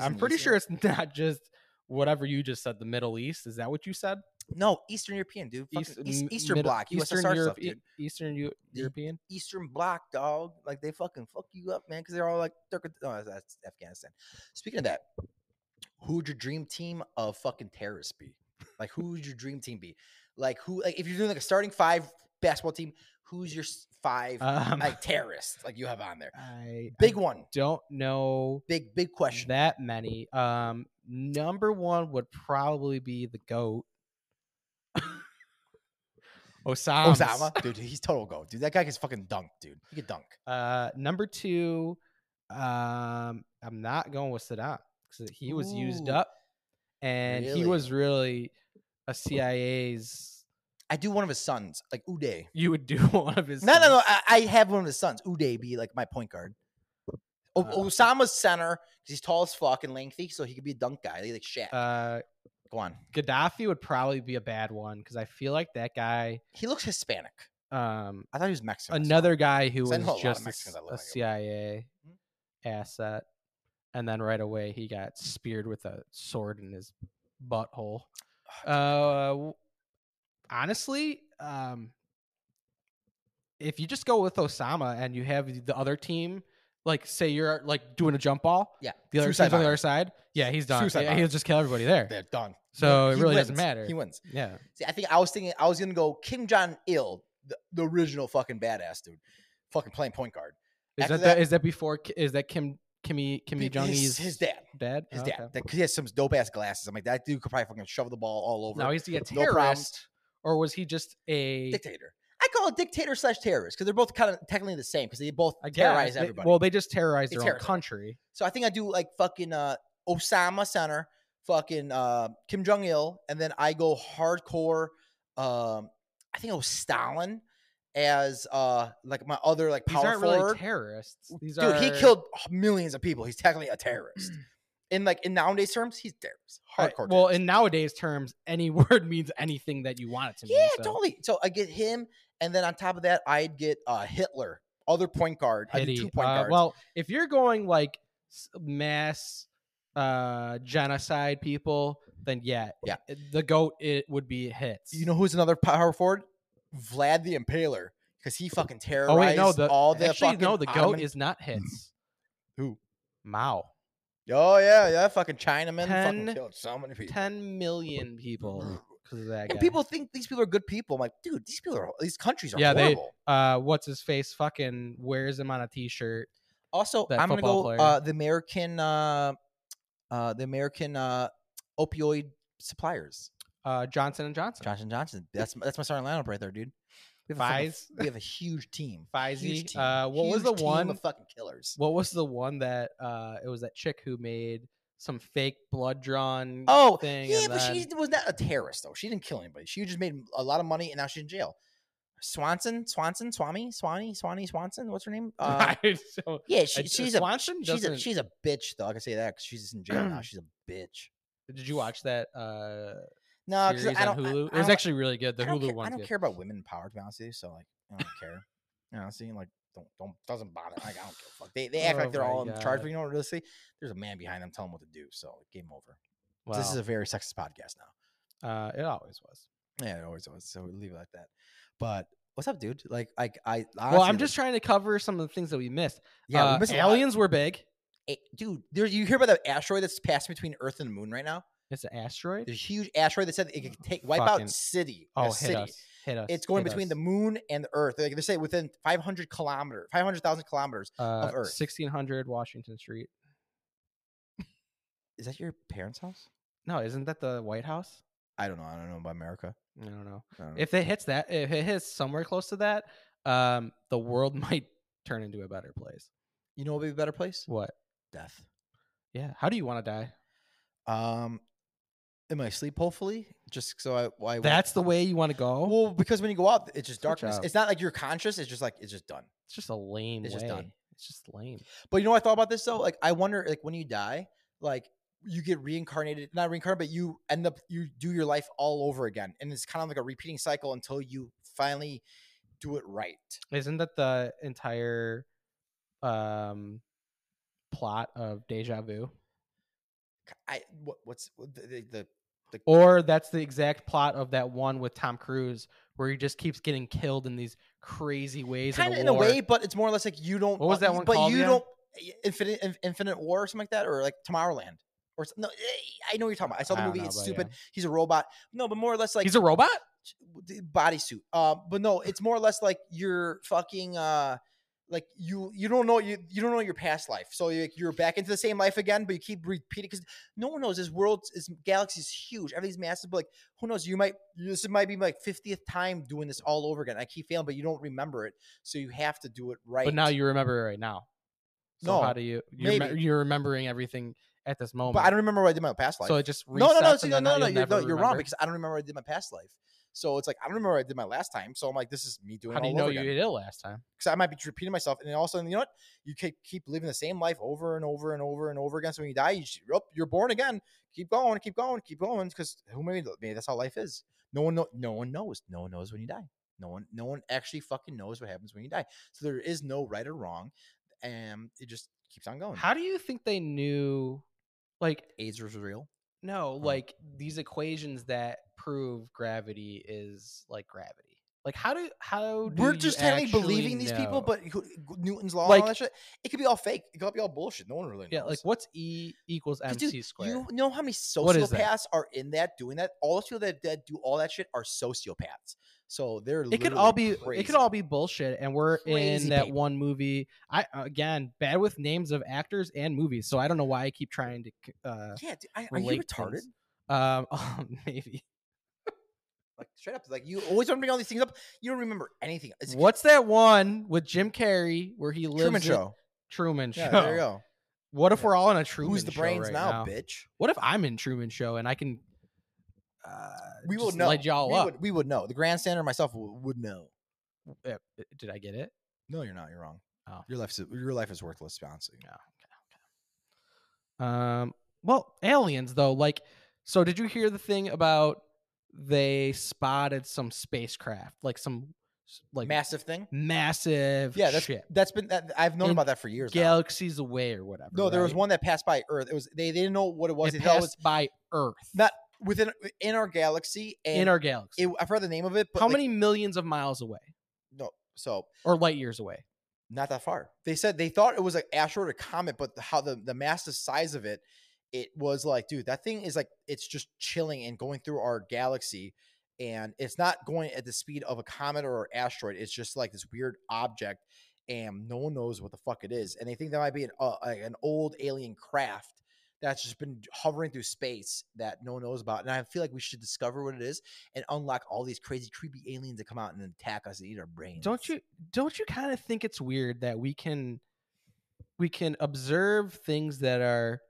Speaker 1: prosties
Speaker 2: I'm
Speaker 1: in
Speaker 2: pretty
Speaker 1: Eastern-
Speaker 2: sure it's not just whatever you just said. The Middle East is that what you said?
Speaker 1: no Eastern European dude, fucking East,
Speaker 2: M-
Speaker 1: Eastern
Speaker 2: Middle-
Speaker 1: Bloc,
Speaker 2: Eastern
Speaker 1: USSR
Speaker 2: Europe,
Speaker 1: stuff, dude.
Speaker 2: E- Eastern Eu-
Speaker 1: Ye-
Speaker 2: European.
Speaker 1: Eastern Bloc, dog. Like they fucking fuck you up, man, because they're all like Turk- no, that's, that's Afghanistan. Speaking of that, who would your dream team of fucking terrorists be? Like who would your dream team be? Like who? Like if you're doing like a starting five basketball team, who's your s- five
Speaker 2: Um, I,
Speaker 1: like terrorists like you have on there?
Speaker 2: I
Speaker 1: Big one,
Speaker 2: don't know
Speaker 1: big big question.
Speaker 2: that many. Um, number one would probably be the goat. Osama.
Speaker 1: Osama, dude, he's total go, dude. That guy can fucking dunk, dude. He can dunk.
Speaker 2: Uh, number two, um, I'm not going with Saddam because he was used
Speaker 1: Ooh,
Speaker 2: up, and he
Speaker 1: really?
Speaker 2: was really a CIA's.
Speaker 1: I do one of his sons, like Uday.
Speaker 2: You would do one of his.
Speaker 1: No, no, no.
Speaker 2: sons.
Speaker 1: I, I have one of his sons, Uday, be like my point guard. O-
Speaker 2: Uh,
Speaker 1: Osama's center 'cause he's tall as fuck and lengthy, so he could be a dunk guy. Like, like Shaq.
Speaker 2: Uh,
Speaker 1: Go on.
Speaker 2: Gaddafi would probably be a bad one because I feel like that guy.
Speaker 1: He looks Hispanic.
Speaker 2: Um,
Speaker 1: I thought he was Mexican. that's why.
Speaker 2: another guy who
Speaker 1: 'Cause I know a lot
Speaker 2: was
Speaker 1: of
Speaker 2: just a,
Speaker 1: Mexicans
Speaker 2: s-
Speaker 1: that look
Speaker 2: a
Speaker 1: like him.
Speaker 2: CIA
Speaker 1: Mhm.
Speaker 2: asset, and then right away he got speared with a sword in his butthole.
Speaker 1: Ah,
Speaker 2: Uh, w- honestly, um, if you just go with Osama and you have the other team, like say you're like doing a jump ball,
Speaker 1: Yeah.
Speaker 2: the other
Speaker 1: Suicide
Speaker 2: team's on the
Speaker 1: bomber.
Speaker 2: other side, yeah, he's done.
Speaker 1: Suicide
Speaker 2: Yeah, he'll
Speaker 1: bomber.
Speaker 2: just kill everybody there.
Speaker 1: They're done.
Speaker 2: So
Speaker 1: He
Speaker 2: it really doesn't
Speaker 1: wins.
Speaker 2: matter.
Speaker 1: He wins.
Speaker 2: Yeah,
Speaker 1: See, I think I was thinking I was gonna go Kim Jong Il, the, the original fucking badass dude, fucking playing point guard.
Speaker 2: is
Speaker 1: After
Speaker 2: that, that
Speaker 1: that-
Speaker 2: is that before Ki- is that Kim Kimmy Kimmy
Speaker 1: Dude,
Speaker 2: Jong
Speaker 1: his,
Speaker 2: Il's
Speaker 1: his dad,
Speaker 2: dad?
Speaker 1: his
Speaker 2: Oh,
Speaker 1: dad,
Speaker 2: okay.
Speaker 1: That- 'cause he has some dope ass glasses. I'm like that dude could probably fucking shove the ball all over.
Speaker 2: Now he's he a
Speaker 1: No problem.
Speaker 2: terrorist, or was he just a?
Speaker 1: dictator. I call it dictator slash terrorist because they're both kind of technically the same because they both
Speaker 2: I guess,
Speaker 1: terrorize
Speaker 2: they-
Speaker 1: everybody.
Speaker 2: well, they just terrorized
Speaker 1: They
Speaker 2: their own
Speaker 1: terrorize everyone.
Speaker 2: country.
Speaker 1: so I think I do like fucking uh, Osama Center, fucking uh, Kim Jong Il, and then I go hardcore. Um, I think it was Stalin as uh, like my other like
Speaker 2: These
Speaker 1: power
Speaker 2: aren't
Speaker 1: forward.
Speaker 2: really terrorists. These
Speaker 1: Dude,
Speaker 2: are
Speaker 1: he killed millions of people. He's technically a terrorist. in like in nowadays terms, he's terrorist,
Speaker 2: Right,
Speaker 1: hardcore.
Speaker 2: Well,
Speaker 1: terrorist.
Speaker 2: in nowadays terms, any word means anything that you want it to mean.
Speaker 1: Yeah,
Speaker 2: so.
Speaker 1: totally. So I get him, and then on top of that, I'd get uh, Hitler, other point guard. I do
Speaker 2: Pity.
Speaker 1: two point
Speaker 2: Uh,
Speaker 1: guards.
Speaker 2: well, if you're going like s- mass uh, genocide people, then yeah,
Speaker 1: Yeah.
Speaker 2: i- the goat it would be hits.
Speaker 1: You know who's another power forward? Vlad the Impaler, because he fucking terrorized
Speaker 2: oh wait, no, the
Speaker 1: all the
Speaker 2: actually
Speaker 1: fucking
Speaker 2: no, the goat
Speaker 1: Ottoman-
Speaker 2: is not hits.
Speaker 1: Who?
Speaker 2: Mao.
Speaker 1: Oh yeah, yeah, fucking Chinaman
Speaker 2: Ten-
Speaker 1: fucking killed so many people.
Speaker 2: Ten million people because of that.
Speaker 1: and
Speaker 2: guy.
Speaker 1: people think these people are good people. I'm like, dude, these people are these countries are
Speaker 2: Yeah, they-
Speaker 1: horrible.
Speaker 2: uh, what's his face fucking wears him on a t-shirt.
Speaker 1: also,
Speaker 2: that
Speaker 1: I'm gonna go
Speaker 2: football player.
Speaker 1: uh, the American, uh, uh, the American uh, opioid suppliers,
Speaker 2: Uh, Johnson and Johnson.
Speaker 1: Johnson Johnson. That's that's my starting lineup right there, dude. We have, a fucking-
Speaker 2: Fies,
Speaker 1: we have a huge team.
Speaker 2: Fizey.
Speaker 1: Huge team.
Speaker 2: Uh, what was
Speaker 1: Huge
Speaker 2: the
Speaker 1: team
Speaker 2: one?
Speaker 1: of fucking killers?
Speaker 2: What was the one that uh it was that chick who made some fake blood drawn
Speaker 1: Oh,
Speaker 2: thing
Speaker 1: yeah,
Speaker 2: and
Speaker 1: but she
Speaker 2: then-
Speaker 1: was not a terrorist though. She didn't kill anybody. She just made a lot of money, and now she's in jail. Swanson, Swanson, Swami, Swanee, Swanee, Swanson. What's her name? Uh,
Speaker 2: I don't-
Speaker 1: yeah, she,
Speaker 2: I-
Speaker 1: she's a
Speaker 2: Swanson
Speaker 1: she's a
Speaker 2: doesn't-
Speaker 1: she's a bitch though. I can say that because she's in jail now. She's a bitch.
Speaker 2: Did you watch that uh
Speaker 1: No, because
Speaker 2: series
Speaker 1: I
Speaker 2: on
Speaker 1: don't. I-
Speaker 2: Hulu?
Speaker 1: I
Speaker 2: it was
Speaker 1: don't-
Speaker 2: actually really good. The
Speaker 1: I don't
Speaker 2: Hulu
Speaker 1: care,
Speaker 2: one.
Speaker 1: I don't care about women in power, to be honest with you. So like, I don't care. You know, seeing like don't don't doesn't bother. Like, I don't give a fuck. They they act
Speaker 2: Oh
Speaker 1: like they're
Speaker 2: my
Speaker 1: all in charge,
Speaker 2: God.
Speaker 1: but you know what? Realistically, there's a man behind them telling them what to do. So game over. This is a very sexist podcast now.
Speaker 2: uh, it always was.
Speaker 1: Yeah, it always was. So we leave it like that. But what's up, dude? Like, like I honestly,
Speaker 2: well, I'm
Speaker 1: like-
Speaker 2: just trying to cover some of the things that we missed.
Speaker 1: yeah,
Speaker 2: Uh,
Speaker 1: we missed a lot.
Speaker 2: aliens were big.
Speaker 1: Eh, dude. There, you hear about the asteroid that's passing between Earth and the Moon right now?
Speaker 2: It's an asteroid.
Speaker 1: There's a huge asteroid that said it could take wipe
Speaker 2: Fucking-
Speaker 1: out city. a
Speaker 2: oh, hit
Speaker 1: city.
Speaker 2: us! Hit us!
Speaker 1: It's going
Speaker 2: hit
Speaker 1: between the
Speaker 2: us.
Speaker 1: Moon and the Earth. Like they say, within 500 kilometers, 500,000 kilometers.
Speaker 2: uh,
Speaker 1: Earth.
Speaker 2: 1600 Washington Street.
Speaker 1: Is that your parents' house?
Speaker 2: No, isn't that the White House?
Speaker 1: I don't know. I don't know about America.
Speaker 2: I don't know.
Speaker 1: I don't know.
Speaker 2: If it hits that, if it hits somewhere close to that, um, the world might turn into a better place.
Speaker 1: you know, what would be a better place.
Speaker 2: What?
Speaker 1: Death.
Speaker 2: Yeah. How do you want to die?
Speaker 1: Um, in my sleep, hopefully, just so I. Why
Speaker 2: That's the way you want to go.
Speaker 1: Well, because when you go out, it's just darkness.
Speaker 2: up.
Speaker 1: It's not like you're conscious. It's just like it's just done.
Speaker 2: it's just a lame
Speaker 1: it's
Speaker 2: way.
Speaker 1: just done.
Speaker 2: It's just lame.
Speaker 1: But you know, what I thought about this though. Like, I wonder, like when you die, like you get reincarnated, not reincarnated, but you end up you do your life all over again, and it's kind of like a repeating cycle until you finally do it right.
Speaker 2: Isn't that the entire um plot of Deja Vu?
Speaker 1: I what, what's what the the, the, the
Speaker 2: Or that's the exact plot of that one with Tom Cruise where he just keeps getting killed in these crazy ways.
Speaker 1: kind of
Speaker 2: in
Speaker 1: in
Speaker 2: a,
Speaker 1: a
Speaker 2: war.
Speaker 1: way, but it's more or less like you don't.
Speaker 2: What was
Speaker 1: uh,
Speaker 2: that
Speaker 1: you-
Speaker 2: one
Speaker 1: But
Speaker 2: called
Speaker 1: you
Speaker 2: again?
Speaker 1: don't eh, infinite in- infinite war or something like that, or like Tomorrowland. Or, s- no, eh, I know what you're talking about. I saw the
Speaker 2: I don't
Speaker 1: movie.
Speaker 2: know,
Speaker 1: it's
Speaker 2: but
Speaker 1: stupid.
Speaker 2: yeah.
Speaker 1: He's a robot. No, but more or less like
Speaker 2: He's a robot?
Speaker 1: d- bodysuit. Uh, but no, it's more or less like you're fucking uh, like you you don't know you you don't know your past life, so you're, you're back into the same life again, but you keep repeating because no one knows this world is galaxy's huge, everything's massive. But like who knows, you might this might be my fiftieth time doing this all over again. I keep failing, but you don't remember it, so you have to do it right.
Speaker 2: But now you remember it right now. So how
Speaker 1: No,
Speaker 2: do you you're, remem-
Speaker 1: maybe.
Speaker 2: you're remembering everything at this moment.
Speaker 1: but I don't remember what I did in my past life.
Speaker 2: So it just resets
Speaker 1: no, no, no,
Speaker 2: and
Speaker 1: see, no,
Speaker 2: then
Speaker 1: no,
Speaker 2: now
Speaker 1: no,
Speaker 2: you'll
Speaker 1: you're, no,
Speaker 2: never
Speaker 1: you're wrong
Speaker 2: remember?
Speaker 1: because I don't remember what I did in my past life. So it's like I don't remember what I did my last time. So I'm like, this is me doing. it
Speaker 2: how do
Speaker 1: all
Speaker 2: you know
Speaker 1: over
Speaker 2: you
Speaker 1: again.
Speaker 2: did ill last time?
Speaker 1: because I might be just repeating myself, and then all of a sudden, you know what? You keep keep living the same life over and over and over and over again. So when you die, you just, yup, you're born again. Keep going, keep going, keep going. Because who maybe maybe that's how life is. No one know, no one knows. No one knows when you die. No one no one actually fucking knows what happens when you die. So there is no right or wrong, and it just keeps on going.
Speaker 2: How do you think they knew like
Speaker 1: AIDS was real.
Speaker 2: No,
Speaker 1: Huh.
Speaker 2: like these equations that prove gravity is like gravity. Like how do how do
Speaker 1: We're
Speaker 2: you
Speaker 1: just technically believing
Speaker 2: actually
Speaker 1: these people,
Speaker 2: know?
Speaker 1: but who- Newton's law
Speaker 2: Like-
Speaker 1: and all that shit. It could be all fake. It could be all bullshit. No one really knows.
Speaker 2: yeah, like what's E equals
Speaker 1: 'Cause,
Speaker 2: mc
Speaker 1: dude,
Speaker 2: squared?
Speaker 1: You know how many
Speaker 2: is that?
Speaker 1: sociopaths are in that doing that? All those people that, that do all that shit are sociopaths. So they're
Speaker 2: it could all be
Speaker 1: literally crazy.
Speaker 2: it could all be bullshit, and we're in
Speaker 1: Crazy
Speaker 2: that
Speaker 1: people.
Speaker 2: one movie. I again bad with names of actors and movies, so I don't know why I keep trying to. c- Uh,
Speaker 1: yeah. Dude, I, are you
Speaker 2: relate
Speaker 1: retarded?
Speaker 2: things. um, maybe
Speaker 1: Like straight up, like you always want to bring all these things up. You don't remember anything. It's
Speaker 2: what's that one with Jim Carrey where he lives?
Speaker 1: Truman
Speaker 2: in-
Speaker 1: Show?
Speaker 2: Truman Show.
Speaker 1: Yeah, there you go.
Speaker 2: What if
Speaker 1: Yeah.
Speaker 2: we're all in a Truman
Speaker 1: Who's the
Speaker 2: Show
Speaker 1: brains
Speaker 2: right
Speaker 1: now,
Speaker 2: now?
Speaker 1: bitch?
Speaker 2: What if I'm in Truman Show and I can? Uh,
Speaker 1: We will
Speaker 2: just
Speaker 1: know.
Speaker 2: Light y'all
Speaker 1: we
Speaker 2: up.
Speaker 1: Would, we would know. The grandstander and myself w- would know.
Speaker 2: Uh, uh, Did I get it?
Speaker 1: No, you're not. You're wrong.
Speaker 2: Oh.
Speaker 1: Your life is your life is worthless, honestly.
Speaker 2: No. Um. Well, aliens though. Like, so did you hear the thing about they spotted some spacecraft, like some s- like
Speaker 1: Massive thing.
Speaker 2: massive
Speaker 1: Yeah, that's
Speaker 2: ship
Speaker 1: that's been that, I've known
Speaker 2: In
Speaker 1: about that for years. now.
Speaker 2: galaxies away or whatever?
Speaker 1: No, there was
Speaker 2: right?
Speaker 1: one that passed by Earth. It was they, they didn't know what it was.
Speaker 2: It
Speaker 1: they thought it
Speaker 2: passed
Speaker 1: was
Speaker 2: by Earth
Speaker 1: not within in our galaxy and
Speaker 2: in our galaxy.
Speaker 1: it, I've heard the name of it, but
Speaker 2: How
Speaker 1: like,
Speaker 2: many millions of miles away
Speaker 1: no so
Speaker 2: or light years away?
Speaker 1: not that far. They said they thought it was like asteroid or comet, but the- how the, the massive size of it, it was like, dude, that thing is like it's just chilling and going through our galaxy and it's not going at the speed of a comet or an asteroid. It's just like this weird object and no one knows what the fuck it is. And they think that might be an uh, like an old alien craft that's just been hovering through space that no one knows about. And I feel like we should discover what it is and unlock all these crazy, creepy aliens that come out and attack us and eat our brains.
Speaker 2: don't you don't you kind of think it's weird that we can we can observe things that are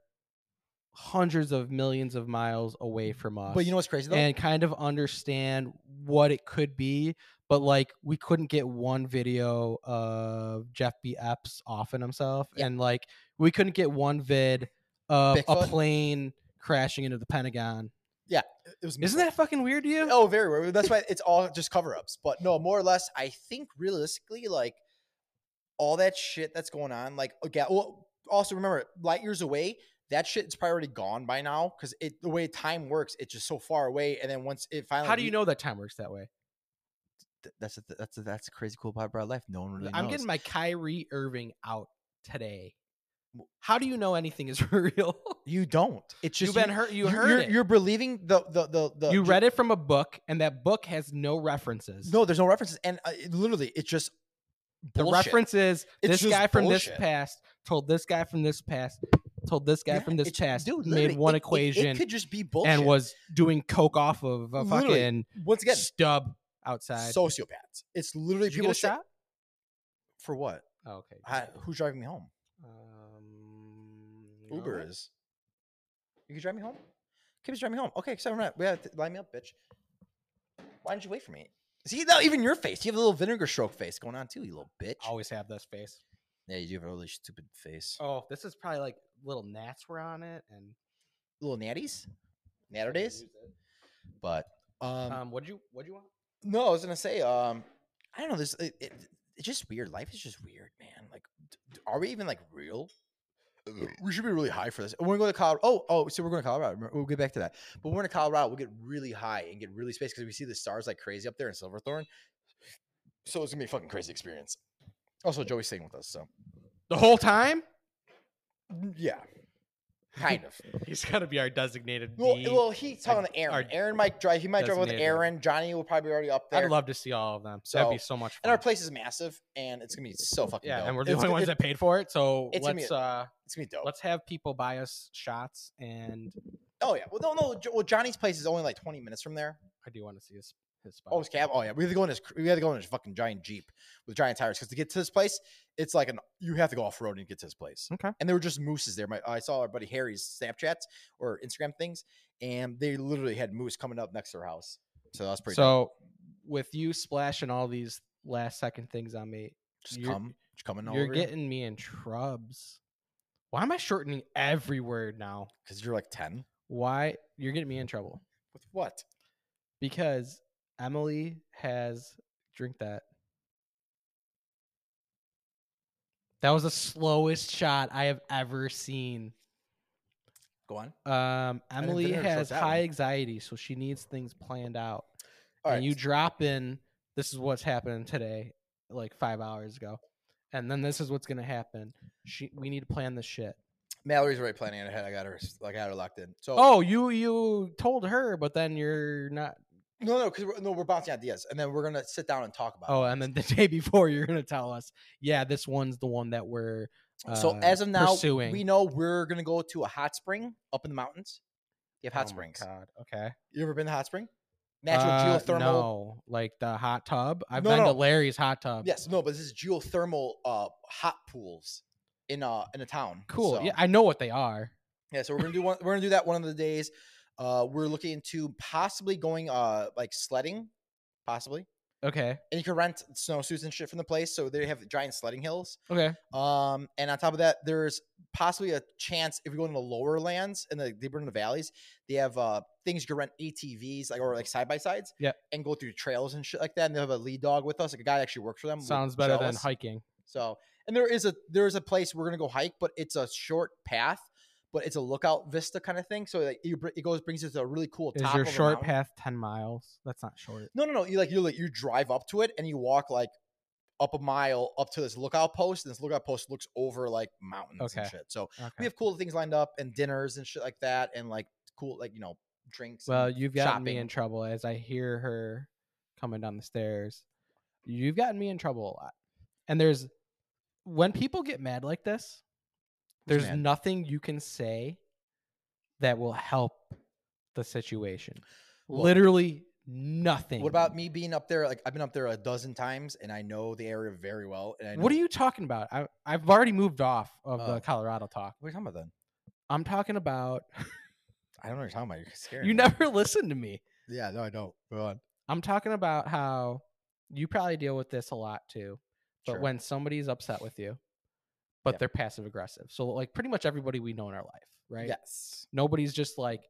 Speaker 2: hundreds of millions of miles away from us
Speaker 1: But you know what's crazy though?
Speaker 2: and kind of understand what it could be but like we couldn't get one video of jeff b epps offing himself
Speaker 1: Yeah.
Speaker 2: and like we couldn't get one vid of a
Speaker 1: Bigfoot?
Speaker 2: plane crashing into the pentagon
Speaker 1: yeah, it was.
Speaker 2: isn't
Speaker 1: Mithra.
Speaker 2: that fucking weird to you
Speaker 1: Oh, very weird. That's why it's all just cover ups. But no, more or less, I think realistically, like all that shit that's going on, like again, well, also remember, light years away, that shit is probably already gone by now because it the way time works, it's just so far away. And then once it finally,
Speaker 2: how do you
Speaker 1: re-
Speaker 2: know that time works that way
Speaker 1: Th- That's a, that's a, that's a crazy cool part about life. No one really.
Speaker 2: I'm
Speaker 1: knows.
Speaker 2: getting my Kyrie Irving out today. How do you know anything is real?
Speaker 1: You don't. It's just
Speaker 2: You've been hurt. You
Speaker 1: are
Speaker 2: heard
Speaker 1: you're,
Speaker 2: it.
Speaker 1: You're believing the the the, the
Speaker 2: you
Speaker 1: ju-
Speaker 2: read it from a book, and that book has no references.
Speaker 1: No, there's no references, and uh, it- literally, it's just
Speaker 2: the
Speaker 1: bullshit.
Speaker 2: reference is
Speaker 1: It's
Speaker 2: this
Speaker 1: just
Speaker 2: guy from this
Speaker 1: bullshit.
Speaker 2: past told this guy from this past told this guy
Speaker 1: Yeah,
Speaker 2: from this
Speaker 1: it's-
Speaker 2: past
Speaker 1: dude,
Speaker 2: made
Speaker 1: literally,
Speaker 2: one
Speaker 1: it- it-
Speaker 2: equation
Speaker 1: It, could just be bullshit.
Speaker 2: and was doing coke off of a
Speaker 1: Literally,
Speaker 2: fucking
Speaker 1: once again
Speaker 2: stub outside.
Speaker 1: sociopaths. It's literally
Speaker 2: Did you
Speaker 1: people
Speaker 2: get a
Speaker 1: stra-
Speaker 2: shot?
Speaker 1: for what?
Speaker 2: Oh, okay. you
Speaker 1: I,
Speaker 2: did.
Speaker 1: who's driving me home?
Speaker 2: Um,
Speaker 1: Uber
Speaker 2: no.
Speaker 1: is. You can drive me home. Kim's driving me home. Okay, so I'm not. Yeah, th- line me up, bitch. Why didn't you wait for me? See now, even your face. You have a little vinegar stroke face going on too. You little bitch.
Speaker 2: I always have this face.
Speaker 1: Yeah, you do have a really stupid face.
Speaker 2: Oh, this is probably like little gnats were on it, and
Speaker 1: Little natties, natter days. But um,
Speaker 2: Um, what'd you what'd you want?
Speaker 1: No, I was gonna say, um, I don't know. This it, it, it's just weird. Life is just weird, man. Like, d- d- are we even like real? Uh, We should be really high for this. We're going to Colorado. Oh, oh, so we're going to Colorado. remember- We'll get back to that. But when we're in Colorado. We'll get really high and get really space because we see the stars like crazy up there in Silverthorne. So it's gonna be a fucking crazy experience. Also, Joey's staying with us, so mm,
Speaker 2: The whole time?
Speaker 1: yeah, kind of.
Speaker 2: He's gotta be our designated.
Speaker 1: Well,
Speaker 2: D.
Speaker 1: well, he's talking to
Speaker 2: our
Speaker 1: Aaron. Aaron might drive. He might drive with
Speaker 2: designated-
Speaker 1: Aaron. Johnny will probably be already up there.
Speaker 2: I'd love to see all of them. That'd be so much fun.
Speaker 1: And our place is massive, and it's gonna be so fucking.
Speaker 2: yeah,
Speaker 1: dope.
Speaker 2: and we're the
Speaker 1: It's
Speaker 2: only
Speaker 1: go-
Speaker 2: ones
Speaker 1: it-
Speaker 2: that paid for it. So
Speaker 1: it's gonna be
Speaker 2: let's
Speaker 1: a- oh.
Speaker 2: uh
Speaker 1: It's gonna be dope.
Speaker 2: let's have people buy us shots and
Speaker 1: oh yeah, well no, no. Jo- Well, Johnny's place is only like twenty minutes from there.
Speaker 2: I do want to see his his spot.
Speaker 1: Oh, his cab. Oh yeah, we had to go in his. cr- We had to go in his fucking giant jeep with giant tires because to get to this place, it's like an. You have to go off road and get to this place.
Speaker 2: Okay.
Speaker 1: And there were just mooses there. My I saw our buddy Harry's Snapchats or Instagram things, and they literally had moose coming up next to their house. So that's pretty. dope.
Speaker 2: so with you splashing all these last second things on me,
Speaker 1: just
Speaker 2: you're-
Speaker 1: come, just coming all
Speaker 2: you're
Speaker 1: over
Speaker 2: getting me in trubs. Why am I shortening every word now?
Speaker 1: because you're like ten.
Speaker 2: Why you're getting me in trouble?
Speaker 1: With what?
Speaker 2: because Emily has drink that. That was the slowest shot I have ever seen.
Speaker 1: Go on.
Speaker 2: Um,
Speaker 1: didn't
Speaker 2: Emily
Speaker 1: finish, so
Speaker 2: has
Speaker 1: it's that
Speaker 2: high
Speaker 1: one.
Speaker 2: anxiety, so she needs things planned out.
Speaker 1: All right.
Speaker 2: And you drop in, this is what's happening today, like five hours ago, and then this is what's gonna happen. She, we need to plan this shit.
Speaker 1: Mallory's already planning it ahead. I got her. s- I got her locked in. So
Speaker 2: Oh, you you told her, but then you're not.
Speaker 1: No, no, because no, we're bouncing ideas, and then we're gonna sit down and talk about.
Speaker 2: Oh,
Speaker 1: it.
Speaker 2: and then the day before, you're gonna tell us, yeah, this one's the one that we're
Speaker 1: so
Speaker 2: uh,
Speaker 1: as of now,
Speaker 2: pursuing.
Speaker 1: we know we're gonna go to a hot spring up in the mountains. You have hot
Speaker 2: Oh my
Speaker 1: springs.
Speaker 2: God. Okay.
Speaker 1: You ever been to hot spring? Natural
Speaker 2: Uh,
Speaker 1: geothermal.
Speaker 2: No, like the hot tub. I've
Speaker 1: No,
Speaker 2: been to
Speaker 1: no.
Speaker 2: Larry's hot tub.
Speaker 1: Yes, no, but this is geothermal uh, hot pools in uh in a town.
Speaker 2: Cool.
Speaker 1: So,
Speaker 2: Yeah, I know what they are.
Speaker 1: yeah. So we're gonna do one. We're gonna do that one of the days. Uh, we're looking into possibly going uh like sledding, possibly,
Speaker 2: Okay.
Speaker 1: and you can rent snowsuits and shit from the place. So they have giant sledding hills.
Speaker 2: Okay.
Speaker 1: Um, and on top of that, there's possibly a chance if we go into the lower lands and the deeper in the valleys, they have uh things you can rent ATVs like or like side by sides,
Speaker 2: Yep.
Speaker 1: and go through trails and shit like that. And they have a lead dog with us, like a guy that actually works for them. will
Speaker 2: Sounds better
Speaker 1: show
Speaker 2: than
Speaker 1: us.
Speaker 2: hiking.
Speaker 1: So, and there is a there is a place we're gonna go hike, but it's a short path, but it's a lookout vista kind of thing. So like, you br- it goes brings us to a really cool
Speaker 2: Is
Speaker 1: top
Speaker 2: your
Speaker 1: of a
Speaker 2: short
Speaker 1: mountain.
Speaker 2: path ten miles? That's not short.
Speaker 1: No, no, no. You like you like you drive up to it and you walk like up a mile up to this lookout post, and this lookout post looks over like mountains
Speaker 2: Okay.
Speaker 1: and shit. So we
Speaker 2: Okay.
Speaker 1: have cool things lined up and dinners and shit like that, and like cool like you know drinks.
Speaker 2: Well,
Speaker 1: and
Speaker 2: you've gotten me
Speaker 1: shopping.
Speaker 2: in trouble as I hear her coming down the stairs. You've gotten me in trouble a lot. And there's when people get mad like this,
Speaker 1: Who's
Speaker 2: there's
Speaker 1: mad?
Speaker 2: nothing you can say that will help the situation.
Speaker 1: Well,
Speaker 2: Literally nothing.
Speaker 1: What about me being up there? Like I've been up there a dozen times, and I know the area very well. And I know,
Speaker 2: What are you talking about? I, I've already moved off of
Speaker 1: Oh.
Speaker 2: the Colorado talk.
Speaker 1: What are you talking about then?
Speaker 2: I'm talking about
Speaker 1: I don't know what you're talking about. You're scared.
Speaker 2: you never listen to me.
Speaker 1: Yeah, no, I don't. Go on.
Speaker 2: I'm talking about how you probably deal with this a lot too. But
Speaker 1: Sure.
Speaker 2: when somebody's upset with you, but
Speaker 1: Yep.
Speaker 2: they're passive aggressive. So like pretty much everybody we know in our life, right?
Speaker 1: Yes.
Speaker 2: Nobody's just like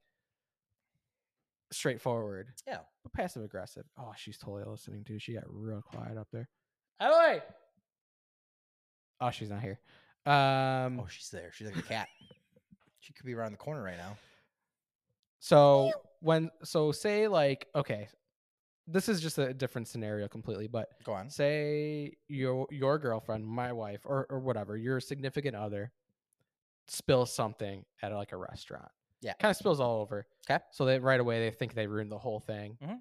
Speaker 2: straightforward.
Speaker 1: Yeah.
Speaker 2: But passive aggressive. Oh, she's totally listening too. She got real quiet up there. Emily. Oh, she's not here. Um
Speaker 1: Oh, she's there. She's like a cat. she could be around the corner right now.
Speaker 2: So when so say like okay, this is just a different scenario completely, but
Speaker 1: Go on.
Speaker 2: say your your girlfriend, my wife, or or whatever, your significant other spills something at like a restaurant.
Speaker 1: Yeah.
Speaker 2: Kind of spills all over.
Speaker 1: 'Kay.
Speaker 2: So they right away they think they ruined the whole thing.
Speaker 1: Mhm.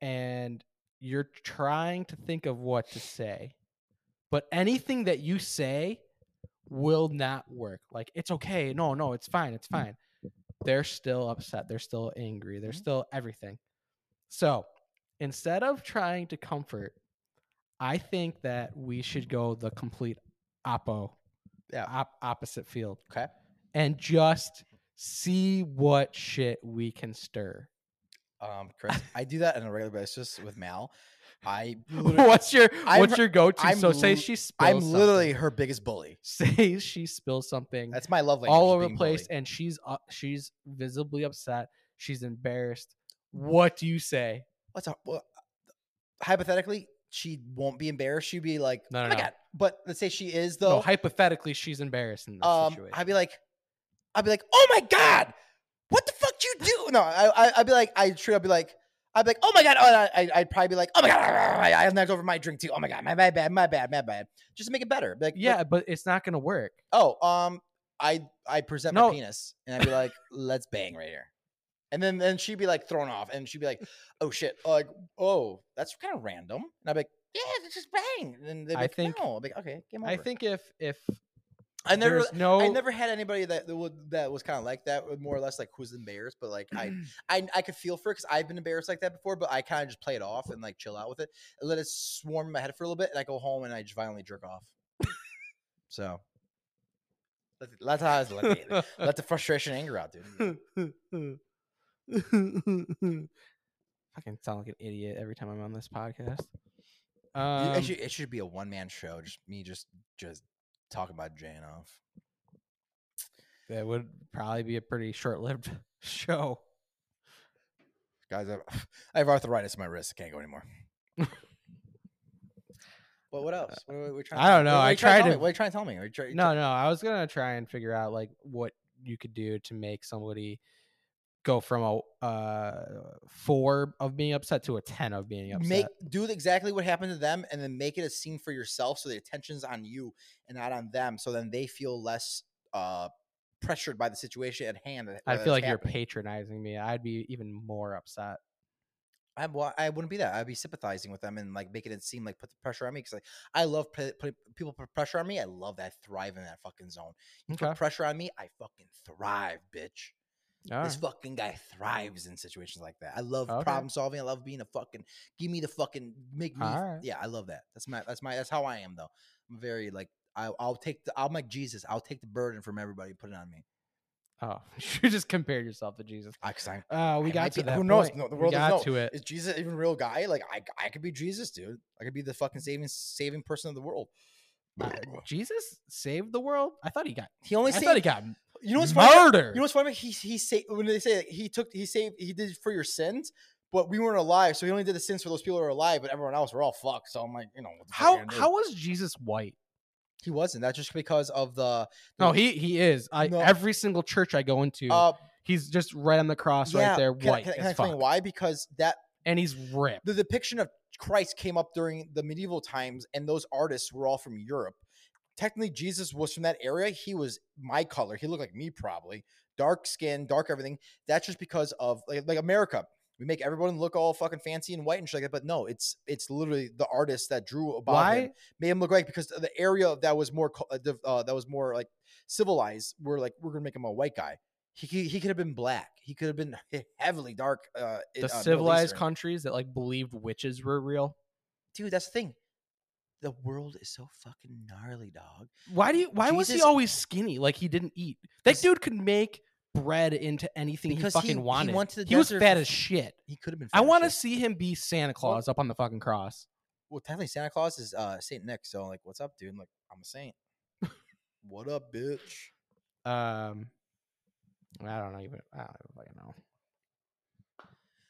Speaker 2: And you're trying to think of what to say. But anything that you say will not work. Like it's okay. No, no, it's fine. It's fine. They're still upset. They're still angry. They're
Speaker 1: Mhm.
Speaker 2: still everything. So, instead of trying to comfort I think that we should go the complete oppo,
Speaker 1: Yeah.
Speaker 2: op- opposite field,
Speaker 1: Okay.
Speaker 2: and just see what shit we can stir.
Speaker 1: Um, Chris, I do that on a regular basis with Mal. I literally-
Speaker 2: what's your
Speaker 1: I'm-
Speaker 2: what's your go to?
Speaker 1: I'm
Speaker 2: So say
Speaker 1: l-
Speaker 2: she spills.
Speaker 1: I'm literally
Speaker 2: something.
Speaker 1: her biggest bully.
Speaker 2: say she spills something
Speaker 1: That's my love language.
Speaker 2: all
Speaker 1: is
Speaker 2: over the
Speaker 1: being
Speaker 2: place,
Speaker 1: bullied.
Speaker 2: and she's up, she's visibly upset. She's embarrassed. What do you say?
Speaker 1: What's up? Well, hypothetically, she won't be embarrassed. She'd be like,
Speaker 2: No,
Speaker 1: "Oh
Speaker 2: no,
Speaker 1: my
Speaker 2: no.
Speaker 1: god!" But let's say she is
Speaker 2: So
Speaker 1: though.
Speaker 2: hypothetically, she's embarrassed in this
Speaker 1: um,
Speaker 2: situation.
Speaker 1: I'd be like, I'd be like, "Oh my god, what the fuck you do?" No, I, I I'd be like, I true. I'd be like, I'd be like, "Oh my god," oh, I, I'd probably be like, "Oh my god, I, I knocked over my drink too. Oh my god, my bad, bad, my bad, my bad." Just to make it better. Be like, "Look,
Speaker 2: yeah, but it's not gonna work.
Speaker 1: oh, um, I I present
Speaker 2: No.
Speaker 1: my penis and I'd be like, let's bang right here. And then then she'd be like thrown off and she'd be like, oh shit, like, oh, that's kind of random. And I'd be like, yeah, let's just bang. And then they'd be
Speaker 2: I
Speaker 1: like,
Speaker 2: think-
Speaker 1: no. I'd be like, okay, game over.
Speaker 2: I think if if
Speaker 1: I never
Speaker 2: there's no
Speaker 1: I never had anybody that that would- that was kind of like that, uh, more or less like who's embarrassed, but like I I, I could feel for it because I've been embarrassed like that before, but I kind of just play it off and like chill out with it, and let it swarm in my head for a little bit, and I go home and I just violently jerk off. so that's, that's how I was let the, let the frustration and anger out, dude.
Speaker 2: Fucking sound like an idiot every time I'm on this podcast. Um,
Speaker 1: it, should, it should be a one man show, just me just just talking about Jane off.
Speaker 2: that would probably be a pretty short-lived show.
Speaker 1: Guys, I have, I have arthritis in my wrist. I can't go anymore. Well, what else? What, what, what you trying to
Speaker 2: I
Speaker 1: tell
Speaker 2: don't
Speaker 1: me?
Speaker 2: know.
Speaker 1: What, what
Speaker 2: I
Speaker 1: you trying
Speaker 2: tried
Speaker 1: to. tell
Speaker 2: to-
Speaker 1: me? What are you trying to tell me? Are you try-
Speaker 2: No, no, I was gonna try and figure out like what you could do to make somebody go from a uh, four of being upset to a ten of being upset.
Speaker 1: make do exactly what happened to them and then make it a scene for yourself so the attention's on you and not on them so then they feel less uh pressured by the situation at hand that-
Speaker 2: I
Speaker 1: that's
Speaker 2: feel like you're
Speaker 1: happening.
Speaker 2: patronizing me. I'd be even more upset.
Speaker 1: I, wa- I wouldn't be that i'd be sympathizing with them and like making it seem like put the pressure on me because like i love pre- putting people put pressure on me i love that I thrive in that fucking zone you
Speaker 2: Okay.
Speaker 1: put pressure on me i fucking thrive bitch
Speaker 2: All
Speaker 1: This
Speaker 2: right.
Speaker 1: fucking guy thrives in situations like that. I love
Speaker 2: Okay.
Speaker 1: problem solving. I love being a fucking give me the fucking make me.
Speaker 2: All right.
Speaker 1: Yeah, I love that. That's my that's my that's how I am though. I'm very like I, I'll take the I'm like Jesus. I'll take the burden from everybody and put it on me.
Speaker 2: Oh, you just compared yourself to Jesus.
Speaker 1: I, cause I'm,
Speaker 2: Uh, we
Speaker 1: I
Speaker 2: got
Speaker 1: might
Speaker 2: to
Speaker 1: be-
Speaker 2: that.
Speaker 1: Who knows?
Speaker 2: point.
Speaker 1: No, the
Speaker 2: We
Speaker 1: world doesn't
Speaker 2: got
Speaker 1: know.
Speaker 2: to it.
Speaker 1: Uh, Is Jesus even a real guy? Like I I could be Jesus, dude. I could be the fucking saving saving person of the world.
Speaker 2: Uh, Jesus saved the world. I thought he got.
Speaker 1: He only
Speaker 2: I thought he
Speaker 1: saved.
Speaker 2: got
Speaker 1: You know what's funny?
Speaker 2: murdered.
Speaker 1: You know what's funny? He he saved when they say like, he took he saved he did it for your sins, but we weren't alive, so he only did the sins for those people who are alive. But everyone else, we're all fucked. So I'm like, you know, what the fuck are you
Speaker 2: how
Speaker 1: gonna do?
Speaker 2: how was Jesus white?
Speaker 1: he wasn't? That's just because of the
Speaker 2: No, he he is. I
Speaker 1: No.
Speaker 2: every single church I go into,
Speaker 1: uh,
Speaker 2: he's just right on the cross,
Speaker 1: yeah,
Speaker 2: right there,
Speaker 1: Can, I-
Speaker 2: white
Speaker 1: can I- can I
Speaker 2: as
Speaker 1: explain
Speaker 2: fuck,
Speaker 1: why? Because that
Speaker 2: and he's ripped.
Speaker 1: the depiction of Christ came up during the medieval times, and those artists were all from Europe. Technically, Jesus was from that area. He was my color. He looked like me, probably dark skin, dark everything. That's just because of like, like America. We make everyone look all fucking fancy and white and shit like that. But no, it's it's literally the artist that drew about him
Speaker 2: Why?
Speaker 1: made him look like because the area that was more cul- uh, div- uh, that was more like civilized were like we're gonna make him a white guy. He, he, he could have been black. He could have been heavily dark. Uh, in-
Speaker 2: The
Speaker 1: uh, Middle
Speaker 2: civilized
Speaker 1: Eastern.
Speaker 2: countries that like believed witches were real.
Speaker 1: dude. That's the thing. The world is so fucking gnarly, dog.
Speaker 2: Why do you? Why was he
Speaker 1: Jesus-
Speaker 2: always skinny? Like he didn't eat. That
Speaker 1: Because-
Speaker 2: dude could make bread into anything he
Speaker 1: Because
Speaker 2: fucking
Speaker 1: he- he
Speaker 2: wanted. He,
Speaker 1: went to the
Speaker 2: was
Speaker 1: desert
Speaker 2: fat
Speaker 1: for-
Speaker 2: as shit.
Speaker 1: He could have been.
Speaker 2: I
Speaker 1: fat as
Speaker 2: want to
Speaker 1: shit.
Speaker 2: see him be Santa Claus up on the fucking cross.
Speaker 1: Well, technically, Santa Claus is uh, Saint Nick. So, like, what's up, dude? I'm like, I'm a saint. what up, bitch?
Speaker 2: Um, I don't know even. I don't even fucking know.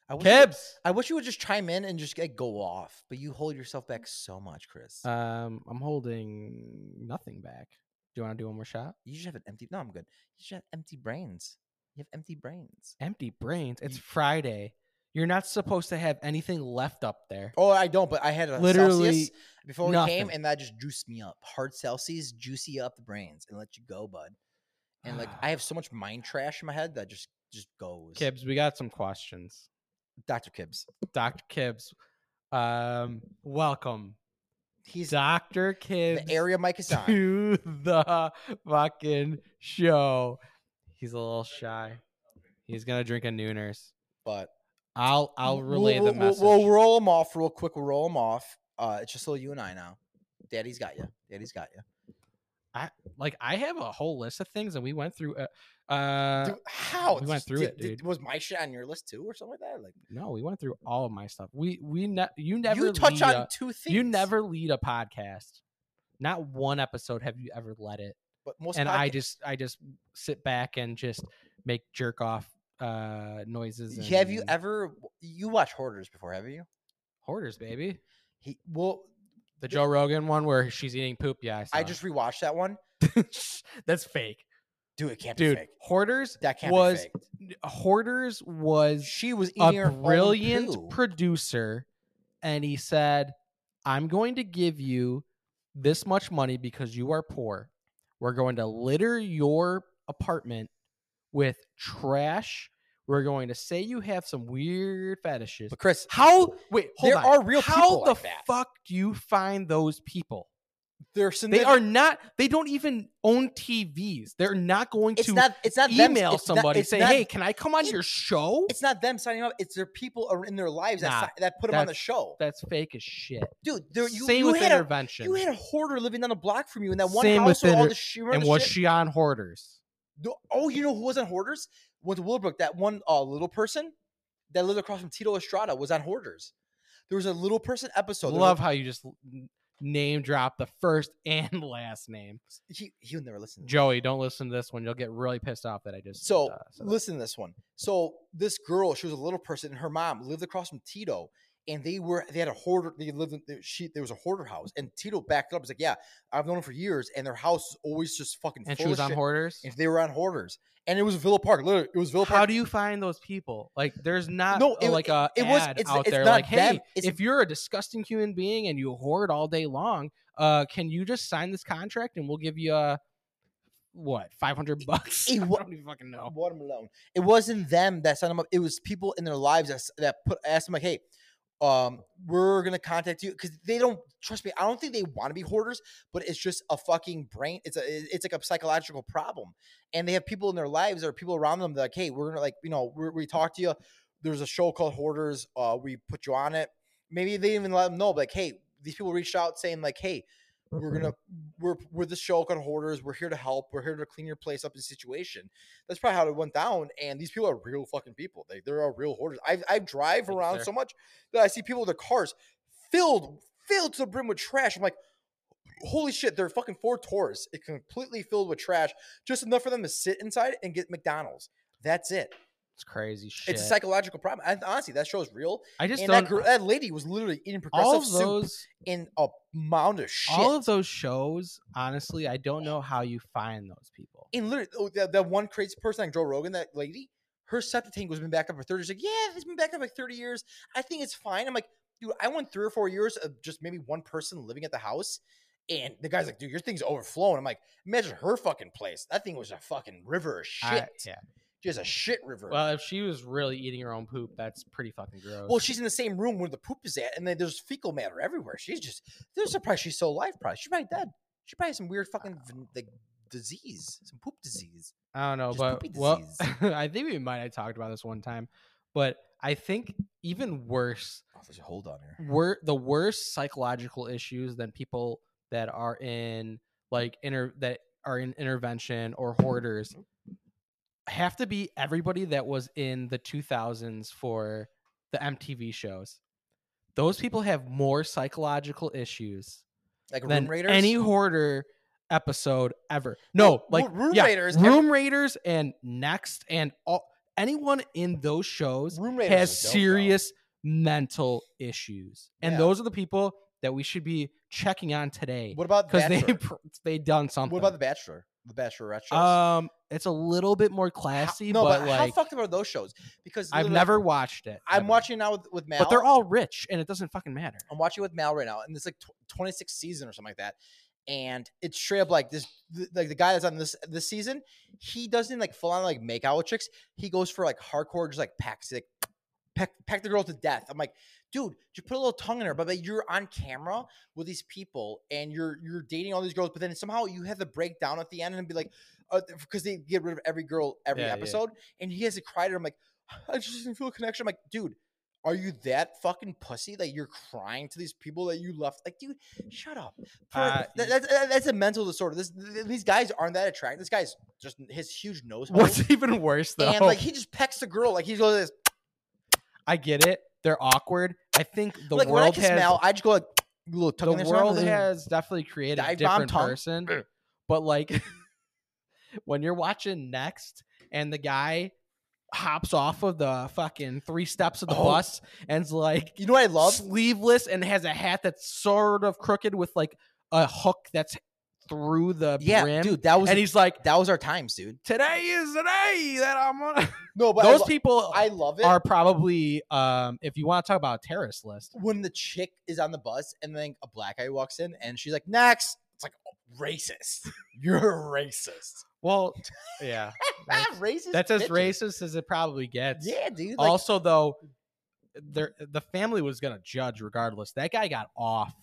Speaker 1: I wish, you would-
Speaker 2: Kibs.
Speaker 1: I wish you would just chime in and just like, go off, but you hold yourself back so much, Chris.
Speaker 2: Um, I'm holding nothing back. Do you want to do one more shot?
Speaker 1: you just have an empty. No, I'm good. You just have empty brains. You have empty brains.
Speaker 2: Empty brains. It's Friday. You're not supposed to have anything left up there.
Speaker 1: Oh, I don't. But I had a
Speaker 2: Literally
Speaker 1: Celsius before we came,
Speaker 2: nothing.
Speaker 1: and that just juiced me up. Hard Celsius juicy up the brains and let you go, bud. And like, I have so much mind trash in my head that just just goes.
Speaker 2: Kibbs, we got some questions.
Speaker 1: Doctor Kibbs.
Speaker 2: Dr. Kibbs, um, welcome.
Speaker 1: He's
Speaker 2: Dr. Kibbs
Speaker 1: the area Mike is on.
Speaker 2: to the fucking show. He's a little shy. He's gonna drink a Nooners.
Speaker 1: but
Speaker 2: I'll I'll
Speaker 1: w-
Speaker 2: relay
Speaker 1: we'll,
Speaker 2: the message.
Speaker 1: We'll, we'll roll them off real quick. We'll roll them off. Uh, it's just little you and I now. Daddy's got you. Daddy's got you.
Speaker 2: like I have a whole list of things, and we went through. Uh, uh
Speaker 1: Dude, how
Speaker 2: we went
Speaker 1: Did-
Speaker 2: through
Speaker 1: did-
Speaker 2: it,
Speaker 1: did-
Speaker 2: dude.
Speaker 1: Was my shit on your list too, or something like that? Like
Speaker 2: no, we went through all of my stuff. We we ne- you never
Speaker 1: you touch
Speaker 2: lead
Speaker 1: on
Speaker 2: a-
Speaker 1: two things.
Speaker 2: you never lead a podcast. Not one episode have you ever led it.
Speaker 1: But most
Speaker 2: and I
Speaker 1: podca-
Speaker 2: just I just sit back and just make jerk off uh noises. And
Speaker 1: have you ever you watch hoarders before? Have you?
Speaker 2: hoarders, baby?
Speaker 1: He well, The-
Speaker 2: The Joe Rogan one where she's eating poop. Yeah, I, saw
Speaker 1: I
Speaker 2: it.
Speaker 1: just rewatched that one.
Speaker 2: that's fake,
Speaker 1: Dude, it can't
Speaker 2: dude.
Speaker 1: be fake.
Speaker 2: Hoarders
Speaker 1: That can't
Speaker 2: was-
Speaker 1: be fake.
Speaker 2: hoarders was
Speaker 1: She was eating her
Speaker 2: a
Speaker 1: own poo.
Speaker 2: brilliant producer, and he said, "I'm going to give you this much money because you are poor. We're going to litter your apartment with trash." We're going to say you have some weird fetishes.
Speaker 1: but Chris,
Speaker 2: How? Wait, hold
Speaker 1: there
Speaker 2: on.
Speaker 1: are real
Speaker 2: How
Speaker 1: people
Speaker 2: the
Speaker 1: like that.
Speaker 2: fuck do you find those people?
Speaker 1: They're
Speaker 2: They
Speaker 1: synthetic-
Speaker 2: are not. They don't even own TVs. They're not going
Speaker 1: It's
Speaker 2: to
Speaker 1: not. It's not them-
Speaker 2: email
Speaker 1: it's not-
Speaker 2: somebody
Speaker 1: it's
Speaker 2: say,
Speaker 1: not-
Speaker 2: "Hey, can I come on
Speaker 1: it-
Speaker 2: your show?"
Speaker 1: it's not them signing up. It's their people are in their lives
Speaker 2: Nah,
Speaker 1: that, si- that put them on the
Speaker 2: that's-
Speaker 1: show,
Speaker 2: That's fake as shit.
Speaker 1: dude. There, you,
Speaker 2: Same
Speaker 1: you
Speaker 2: with
Speaker 1: had a,
Speaker 2: intervention.
Speaker 1: you had a hoarder living down a block from you in that one
Speaker 2: Same
Speaker 1: house
Speaker 2: with
Speaker 1: with all
Speaker 2: inter-
Speaker 1: the shit.
Speaker 2: and was she on hoarders?
Speaker 1: Oh, you know who was on hoarders? Went to Willowbrook. That one uh, little person that lived across from Tito Estrada was on hoarders. There was a little person episode. there was a-
Speaker 2: Love how you just n- name drop the first and last name.
Speaker 1: He he'll never listen. to this.
Speaker 2: Joey, don't listen to this one. You'll get really pissed off that I just
Speaker 1: So
Speaker 2: uh, said that.
Speaker 1: listen to this one. So this girl, she was a little person, and her mom lived across from Tito, and they were they had a hoarder. They lived in they- she there was a hoarder house, and Tito backed up. He's like, yeah, I've known him for years, and their house is always just fucking.
Speaker 2: and
Speaker 1: full
Speaker 2: she was
Speaker 1: of
Speaker 2: on
Speaker 1: shit.
Speaker 2: hoarders.
Speaker 1: If they were on hoarders, and it was Villa Park. Literally, it was Villa Park.
Speaker 2: How do you find those people? Like, there's not
Speaker 1: No,
Speaker 2: a-
Speaker 1: it-
Speaker 2: like a
Speaker 1: it was-
Speaker 2: ad
Speaker 1: it's-
Speaker 2: out
Speaker 1: it's
Speaker 2: there.
Speaker 1: not
Speaker 2: Like,
Speaker 1: them,
Speaker 2: hey,
Speaker 1: it's-
Speaker 2: if you're a disgusting human being and you hoard all day long, uh, can you just sign this contract and we'll give you a what five hundred bucks?
Speaker 1: it
Speaker 2: I
Speaker 1: wa-
Speaker 2: don't even fucking know.
Speaker 1: watermelon. It wasn't them that signed them up. It was people in their lives that, s- that put asked them like, "Hey, um, we're gonna contact you because they don't trust me. I don't think they want to be hoarders, but it's just a fucking brain. It's a it- it's like a psychological problem, and they have people in their lives or people around them that like, hey, we're gonna like you know we're, we talked to you. There's a show called Hoarders. Uh, we put you on it. Maybe they didn't even let them know. But like, hey, these people reached out saying like, hey, we're
Speaker 2: Mm-hmm.
Speaker 1: gonna we're we're the show called Hoarders. We're here to help. We're here to clean your place up in situation that's probably how it went down. And these people are real fucking people. They they're all real hoarders. I I drive
Speaker 2: Thank you,
Speaker 1: around
Speaker 2: sir.
Speaker 1: so much that I see people with their cars filled filled to the brim with trash. I'm like, holy shit, they're fucking four tours. It completely filled with trash, just enough for them to sit inside and get McDonald's. That's it.
Speaker 2: It's crazy shit.
Speaker 1: It's a psychological problem. I, honestly, that show is real.
Speaker 2: I just
Speaker 1: and that,
Speaker 2: don't.
Speaker 1: girl, that lady was literally eating
Speaker 2: all
Speaker 1: progressive
Speaker 2: of
Speaker 1: soup
Speaker 2: those,
Speaker 1: in a mound of shit.
Speaker 2: all of those shows. Honestly, I don't know how you find those people.
Speaker 1: And literally, oh, that, that one crazy person like Joe Rogan, that lady, her septic tank was been backed up for 30 years. Like, yeah, it's been backed up like 30 years. I think it's fine. I'm like, dude, I went three or four years of just maybe one person living at the house. And the guy's like, dude, your thing's overflowing. I'm like, imagine her fucking place. That thing was a fucking river of shit.
Speaker 2: I- yeah.
Speaker 1: Just a shit river. Well,
Speaker 2: Well, if she was really eating her own poop, that's pretty fucking gross.
Speaker 1: she's in the same room where the poop is at, and then there's fecal matter everywhere. She's just, they're surprised she's still alive, probably. She's probably dead. She probably has some weird fucking, van- like, disease, some poop disease.
Speaker 2: I don't know,
Speaker 1: Just
Speaker 2: Oh, but
Speaker 1: poopy
Speaker 2: well,
Speaker 1: disease.
Speaker 2: I think we might have talked about this one time, but I think even worse
Speaker 1: Oh, there's a hold on here.
Speaker 2: were the worst psychological issues than people that are in like inter that are in intervention or hoarders have to be everybody that was in the 2000s for the MTV shows. Those people have more psychological issues
Speaker 1: Like
Speaker 2: than
Speaker 1: room raiders.
Speaker 2: any hoarder episode ever. No, like
Speaker 1: Ro- Room
Speaker 2: yeah,
Speaker 1: Raiders, every-
Speaker 2: Room Raiders, and Next, and all anyone in those shows
Speaker 1: room raiders
Speaker 2: has
Speaker 1: was dope, though.
Speaker 2: serious mental issues, and
Speaker 1: Yeah.
Speaker 2: those are the people that we should be checking on today
Speaker 1: What about
Speaker 2: because they
Speaker 1: Bachelor?
Speaker 2: pr- they done something.
Speaker 1: What about the Bachelor? The Bachelorette shows.
Speaker 2: um? It's a little bit more
Speaker 1: How-
Speaker 2: classy,
Speaker 1: no,
Speaker 2: but,
Speaker 1: but, how
Speaker 2: like
Speaker 1: fucked up are those shows? Because
Speaker 2: I've
Speaker 1: literally-
Speaker 2: never watched it.
Speaker 1: I'm
Speaker 2: ever.
Speaker 1: watching now Oh, with, with Mal.
Speaker 2: but they're all rich, and it doesn't fucking matter.
Speaker 1: I'm watching with Mal right now, and it's like tw- 26th season or something like that. And it's straight up like this, th- like the guy that's on this this season, he doesn't like full on like make out with chicks. He goes for like hardcore, just like packs like peck, peck the girl to death. I'm like, dude, just put a little tongue in her. But, but you're on camera with these people, and you're you're dating all these girls, but then somehow you have to break down at the end and be like, because they get rid of every girl every
Speaker 2: Yeah, yeah.
Speaker 1: episode, and he has to cry to her. I'm like, I just didn't feel a connection. I'm like, dude, are you that fucking pussy that you're crying to these people that you left? Like, dude, shut up. For-
Speaker 2: Uh,
Speaker 1: tha- that's tha- that's a mental disorder. This, th- these guys aren't that attractive. This guy's just his huge nose. hole,
Speaker 2: What's even worse though?
Speaker 1: and like he just pecks the girl. Like he's like this.
Speaker 2: I get it. They're awkward. I think the
Speaker 1: like when I
Speaker 2: world
Speaker 1: kiss
Speaker 2: has
Speaker 1: Mal, I just go like little tuck in
Speaker 2: the
Speaker 1: there
Speaker 2: world
Speaker 1: somewhere,
Speaker 2: has definitely created a
Speaker 1: dive bomb
Speaker 2: different
Speaker 1: tongue.
Speaker 2: person. But like when you're watching next and the guy hops off of the fucking three steps of the
Speaker 1: Oh.
Speaker 2: bus and's like
Speaker 1: You know what I love?
Speaker 2: sleeveless and has a hat that's sort of crooked with like a hook that's through the
Speaker 1: Yeah,
Speaker 2: brim.
Speaker 1: dude, that was
Speaker 2: and he's like,
Speaker 1: that was our times, dude.
Speaker 2: Today is the day that I'm gonna
Speaker 1: No, but I
Speaker 2: Those
Speaker 1: lo-
Speaker 2: people
Speaker 1: I love it.
Speaker 2: are probably um if you want to talk about a terrorist list.
Speaker 1: when the chick is on the bus and then a black guy walks in and she's like, next. It's like, oh, racist. You're a racist.
Speaker 2: Well yeah. that's-
Speaker 1: Ah, racist.
Speaker 2: That's as
Speaker 1: bitches.
Speaker 2: racist as it probably gets.
Speaker 1: Yeah, dude. Like,
Speaker 2: also, though, there the family was gonna judge regardless. That guy got off.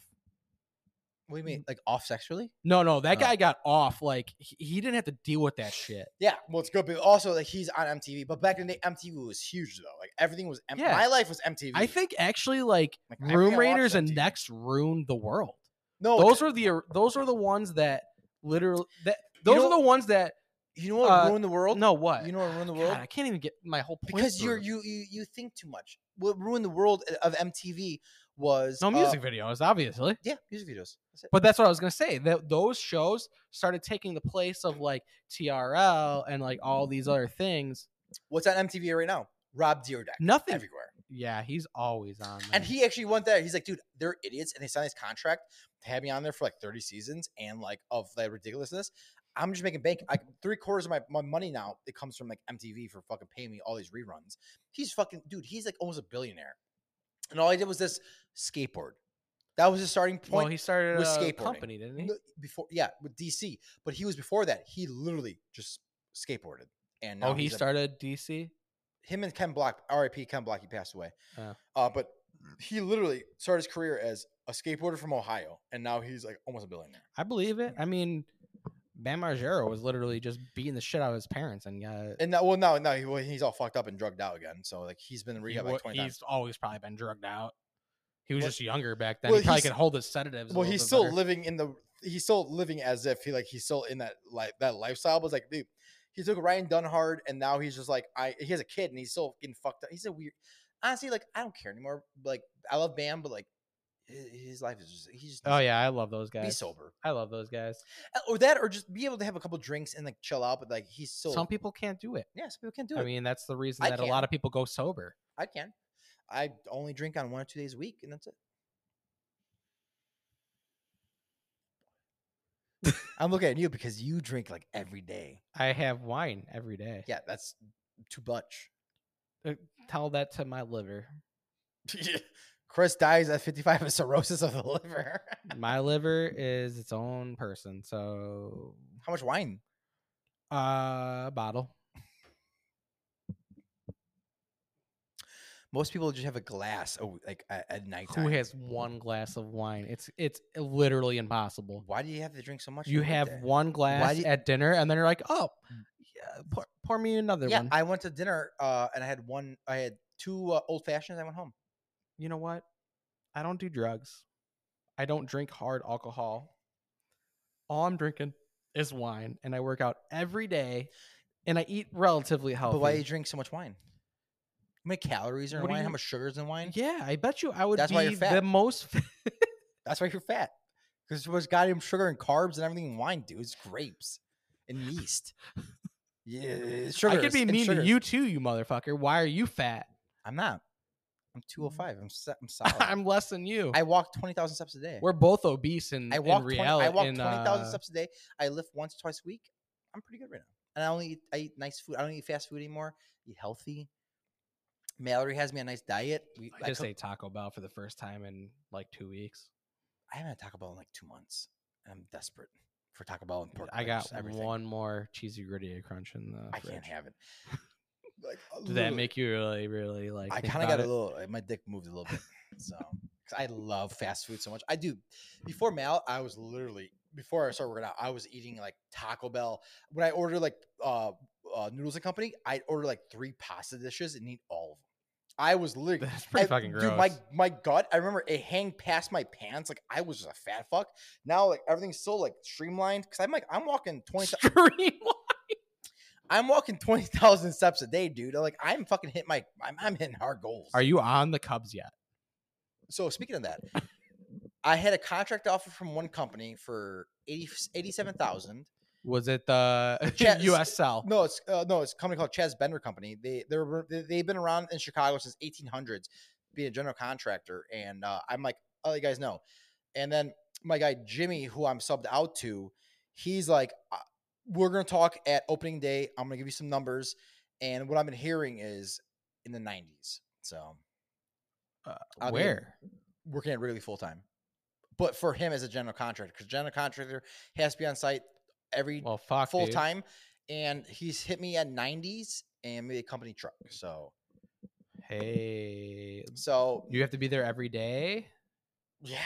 Speaker 1: what do you mean? Like off sexually?
Speaker 2: No, no, that
Speaker 1: Oh.
Speaker 2: guy got off. Like he, he didn't have to deal with that shit.
Speaker 1: Yeah. Well, it's good. But also, like, he's on MTV. But back in the day, MTV was huge, though. Like, everything was. M-
Speaker 2: Yeah.
Speaker 1: My life was MTV.
Speaker 2: I think actually, like
Speaker 1: Like, everything I
Speaker 2: Room
Speaker 1: watched Oh,
Speaker 2: Raiders and
Speaker 1: MTV.
Speaker 2: Next ruined the world.
Speaker 1: No,
Speaker 2: Those
Speaker 1: th-
Speaker 2: were the or- those were the ones that literally that those are
Speaker 1: know-
Speaker 2: the ones that
Speaker 1: You know what
Speaker 2: uh,
Speaker 1: ruined the world?
Speaker 2: no what
Speaker 1: You know what ruined the
Speaker 2: God,
Speaker 1: world?
Speaker 2: I can't even get my whole point
Speaker 1: because you're you,
Speaker 2: through.
Speaker 1: you you think too much. What ruined the world uh, of MTV was
Speaker 2: no
Speaker 1: uh,
Speaker 2: music videos obviously.
Speaker 1: yeah, music videos. That's it.
Speaker 2: But that's what I was gonna say. That those shows started taking the place of like TRL and like all these other things.
Speaker 1: What's on MTV right now? Rob Deerdeck.
Speaker 2: Nothing.
Speaker 1: everywhere.
Speaker 2: Yeah, he's always on.
Speaker 1: And
Speaker 2: there.
Speaker 1: he actually went there. He's like, dude, they're idiots, and they signed this contract to have me on there for like 30 seasons and like of that ridiculousness. I'm just making bank. I, three quarters of my, my money now it comes from like MTV for fucking paying me all these reruns. He's fucking dude. He's like almost a billionaire, and all I did was this skateboard. That was his starting point.
Speaker 2: well, he started
Speaker 1: was
Speaker 2: a
Speaker 1: skateboarding.
Speaker 2: company, didn't he?
Speaker 1: No, before yeah with DC, but he was before that. He literally just skateboarded, and now
Speaker 2: oh, he
Speaker 1: he's a-
Speaker 2: started DC.
Speaker 1: him and Ken Block, R.I.P. Ken Block, he passed away.
Speaker 2: Oh.
Speaker 1: Uh, but he literally started his career as a skateboarder from Ohio, and now he's like almost a billionaire.
Speaker 2: I believe it. I mean, Bam Margera was literally just beating the shit out of his parents, and uh,
Speaker 1: And now, well, now, now he, well, he's all fucked up and drugged out again. So like he's been in
Speaker 2: he
Speaker 1: rehab
Speaker 2: wa-
Speaker 1: like twenty
Speaker 2: he's
Speaker 1: times.
Speaker 2: always probably been drugged out. He was
Speaker 1: Well-
Speaker 2: just younger back then.
Speaker 1: well,
Speaker 2: he probably
Speaker 1: he's-
Speaker 2: could hold his sedatives. a
Speaker 1: Well,
Speaker 2: little
Speaker 1: he's
Speaker 2: bit
Speaker 1: still
Speaker 2: better.
Speaker 1: living in the he's still living as if he like he's still in that like that lifestyle. But it's like, dude, he took Ryan Dunhard, and now he's just like I. He has a kid, and he's still getting fucked up. He's a weird. Honestly, like I don't care anymore. Like I love Bam, but like his, his life is just he's just
Speaker 2: Oh yeah, I love those guys.
Speaker 1: be sober.
Speaker 2: I love those guys.
Speaker 1: Uh, or that, or just be able to have a couple drinks and like chill out. But like he's still,
Speaker 2: Some people can't do it.
Speaker 1: yeah, some people can't do
Speaker 2: I
Speaker 1: it.
Speaker 2: mean, that's the reason
Speaker 1: I
Speaker 2: that a lot of people go sober.
Speaker 1: I can. I only drink on one or two days a week, and that's it. I'm looking at you because you drink like every day.
Speaker 2: I have wine every day.
Speaker 1: Yeah, that's too much.
Speaker 2: Tell that to my liver.
Speaker 1: Chris dies at 55 of cirrhosis of the liver.
Speaker 2: My liver is its own person. So,
Speaker 1: How much wine?
Speaker 2: uh, bottle.
Speaker 1: Most people just have a glass, oh, like at, at nighttime.
Speaker 2: Who has one glass of wine? It's it's literally impossible.
Speaker 1: Why do you have to drink so much?
Speaker 2: You
Speaker 1: on a
Speaker 2: have
Speaker 1: weekday?
Speaker 2: one glass
Speaker 1: you-
Speaker 2: at dinner, and then you're like, oh, yeah, pour, pour me another
Speaker 1: Mm. Yeah,
Speaker 2: one.
Speaker 1: I went to dinner uh, and I had one. I had two uh, old fashions. I went home.
Speaker 2: you know what? I don't do drugs. I don't drink hard alcohol. All I'm drinking is wine, and I work out every day, and I eat relatively healthy.
Speaker 1: But why do you drink so much wine? How many calories are in
Speaker 2: Oh, What do
Speaker 1: wine? How
Speaker 2: you-
Speaker 1: much sugar is in wine?
Speaker 2: Yeah, I bet you I would
Speaker 1: That's
Speaker 2: be
Speaker 1: why you're
Speaker 2: the
Speaker 1: fat.
Speaker 2: most.
Speaker 1: That's why you're fat. Because there's goddamn sugar and carbs and everything in wine, dude. It's grapes and yeast. Yeah, sugar.
Speaker 2: I could be mean to you too, you motherfucker. Why are you fat?
Speaker 1: I'm not. I'm 205. I'm se- I'm solid. i
Speaker 2: I'm less than you.
Speaker 1: walk 20,000 steps a day.
Speaker 2: We're both obese in,
Speaker 1: I walk
Speaker 2: in
Speaker 1: 20,
Speaker 2: reality.
Speaker 1: I walk
Speaker 2: in,
Speaker 1: 20,000
Speaker 2: uh,
Speaker 1: steps a day. I lift once twice a week. I'm pretty good right now. And I only eat, I eat nice food. I don't eat fast food anymore. I eat healthy. Mallory has me on a nice diet. We,
Speaker 2: I just
Speaker 1: cook-
Speaker 2: ate Taco Bell for the first time in like two weeks.
Speaker 1: I haven't had Taco Bell in like two months. and I'm desperate for Taco Bell and pork.
Speaker 2: I
Speaker 1: rinds,
Speaker 2: got one more cheesy gordita crunch in the
Speaker 1: I
Speaker 2: fridge.
Speaker 1: can't have it. Like, a
Speaker 2: Did that
Speaker 1: little-
Speaker 2: make you really, really like?
Speaker 1: I
Speaker 2: think
Speaker 1: kind of
Speaker 2: about
Speaker 1: got a
Speaker 2: it?
Speaker 1: little. like, My dick moved a little bit. So 'cause I love fast food so much. I do. Before Mal, I was literally before I started working out, I was eating like Taco Bell. When I order like uh, uh noodles and company, I'd order like three pasta dishes and eat all of them. I was literally.
Speaker 2: That's pretty
Speaker 1: I-
Speaker 2: fucking gross.
Speaker 1: Dude, my my gut. I remember it hang past my pants. Like I was just a fat fuck. Now like everything's so like streamlined because I'm like I'm walking twenty.
Speaker 2: Extreme-
Speaker 1: I'm walking twenty thousand steps a day, dude. I'm like I'm fucking hit my. I'm, I'm hitting hard goals.
Speaker 2: Are you on the Cubs yet?
Speaker 1: So speaking of that, I had a contract offer from one company for 80, 87,000.
Speaker 2: Was it the
Speaker 1: Jets.
Speaker 2: USL?
Speaker 1: No, it's uh, no, it's a company called Chaz Bender Company. They they're re- they- they've been around in Chicago since 1800s, being a general contractor. And uh, I'm like, oh, you guys know. And then my guy Jimmy, who I'm subbed out to, he's like, "Uh, we're gonna talk at opening day. I'm gonna give you some numbers. And what I've been hearing is in the 90s. So
Speaker 2: Uh,
Speaker 1: I'll be-
Speaker 2: where?
Speaker 1: working at Wrigley full time, but for him as a general contractor, because general contractor has to be on site every
Speaker 2: Well, fuck.
Speaker 1: full
Speaker 2: dude.
Speaker 1: time, and he's hit me at nineties and maybe a company truck. So,
Speaker 2: Hey,
Speaker 1: so
Speaker 2: you have to be there every day.
Speaker 1: yeah,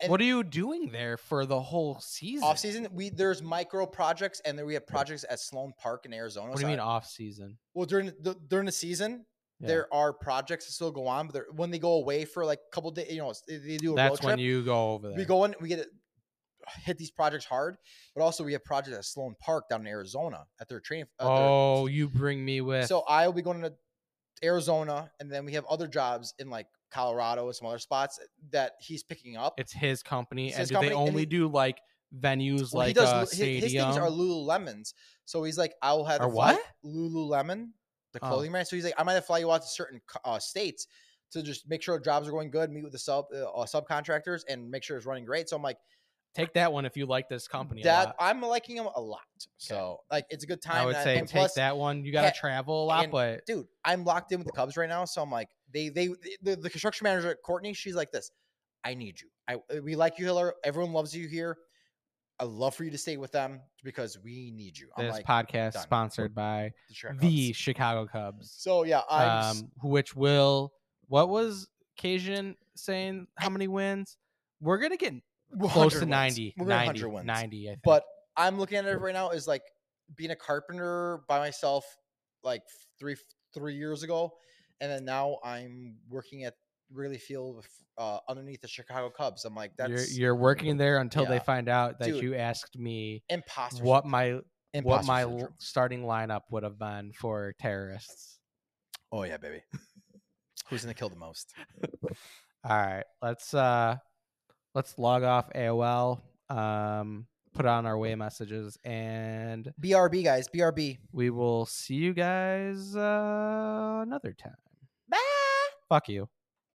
Speaker 1: And-
Speaker 2: what are you doing there for the whole season?
Speaker 1: off season we there's micro projects, and then we have projects at Sloan Park in Arizona.
Speaker 2: What do
Speaker 1: so
Speaker 2: you
Speaker 1: I-
Speaker 2: mean off season?
Speaker 1: Well, during the, during the season.
Speaker 2: Yeah.
Speaker 1: There are projects that still go on, but they're- when they go away for like a couple days, you know, they, they do a road
Speaker 2: That's
Speaker 1: trip.
Speaker 2: when you go over there.
Speaker 1: we go in, we get to hit these projects hard, but also we have projects at Sloan Park down in Arizona at their training. at their-
Speaker 2: oh, you bring me with.
Speaker 1: so uh, I will be going to Arizona, and then we have other jobs in like Colorado and some other spots that he's picking up.
Speaker 2: it's his company,
Speaker 1: It's
Speaker 2: and
Speaker 1: his
Speaker 2: do they
Speaker 1: company, and
Speaker 2: only
Speaker 1: he-
Speaker 2: do like venues
Speaker 1: Well,
Speaker 2: like
Speaker 1: he does,
Speaker 2: uh,
Speaker 1: Lu- hi-
Speaker 2: stadium?
Speaker 1: his things are Lululemons, so he's like, I will have to
Speaker 2: Are
Speaker 1: fly-
Speaker 2: what?
Speaker 1: Lululemon, the
Speaker 2: Oh.
Speaker 1: clothing brand. So he's like, I might have to fly you out to certain co- uh, states to just make sure jobs are going good, meet with the sub uh, uh, subcontractors, and make sure it's running great. So I'm like.
Speaker 2: Take that one if you like this company. a
Speaker 1: That
Speaker 2: lot.
Speaker 1: I'm liking him a lot. So like it's a good time.
Speaker 2: I would
Speaker 1: and
Speaker 2: say
Speaker 1: and
Speaker 2: take
Speaker 1: plus,
Speaker 2: that one. You got to
Speaker 1: ha-
Speaker 2: travel a lot,
Speaker 1: and-
Speaker 2: but
Speaker 1: dude, I'm locked in with the Cubs right now. So I'm like, they they the, the construction manager at Courtney, she's like this. I need you. I uh, we like you, Hiller. Everyone loves you here. I love for you to stay with them because we need you. I'm
Speaker 2: this
Speaker 1: like
Speaker 2: podcast
Speaker 1: done.
Speaker 2: sponsored by
Speaker 1: the, Chicago
Speaker 2: the
Speaker 1: Cubs."
Speaker 2: Chicago Cubs,
Speaker 1: So yeah, I'm s-
Speaker 2: um, who- which will. What was Cajun saying? How many wins? We're gonna get close
Speaker 1: 100
Speaker 2: to
Speaker 1: wins.
Speaker 2: 90,
Speaker 1: We're gonna
Speaker 2: 90,
Speaker 1: 100 wins.
Speaker 2: 90, I think.
Speaker 1: But I'm looking at it right now is like being a carpenter by myself, like three three years ago, and then now I'm working at Wrigley Field with, uh, underneath the Chicago Cubs. I'm like that's
Speaker 2: you're, you're working there until they
Speaker 1: yeah.
Speaker 2: find out that
Speaker 1: Dude,
Speaker 2: you asked me
Speaker 1: imposter.
Speaker 2: what
Speaker 1: syndrome.
Speaker 2: my what
Speaker 1: Imposter
Speaker 2: my
Speaker 1: syndrome.
Speaker 2: l- starting lineup would have been for terrorists.
Speaker 1: Oh yeah, baby. Who's gonna kill the most?
Speaker 2: All right, let's uh let's log off AOL, um put on our way messages and
Speaker 1: BRB guys, BRB.
Speaker 2: we will see you guys uh, another time.
Speaker 1: Bye.
Speaker 2: Fuck you.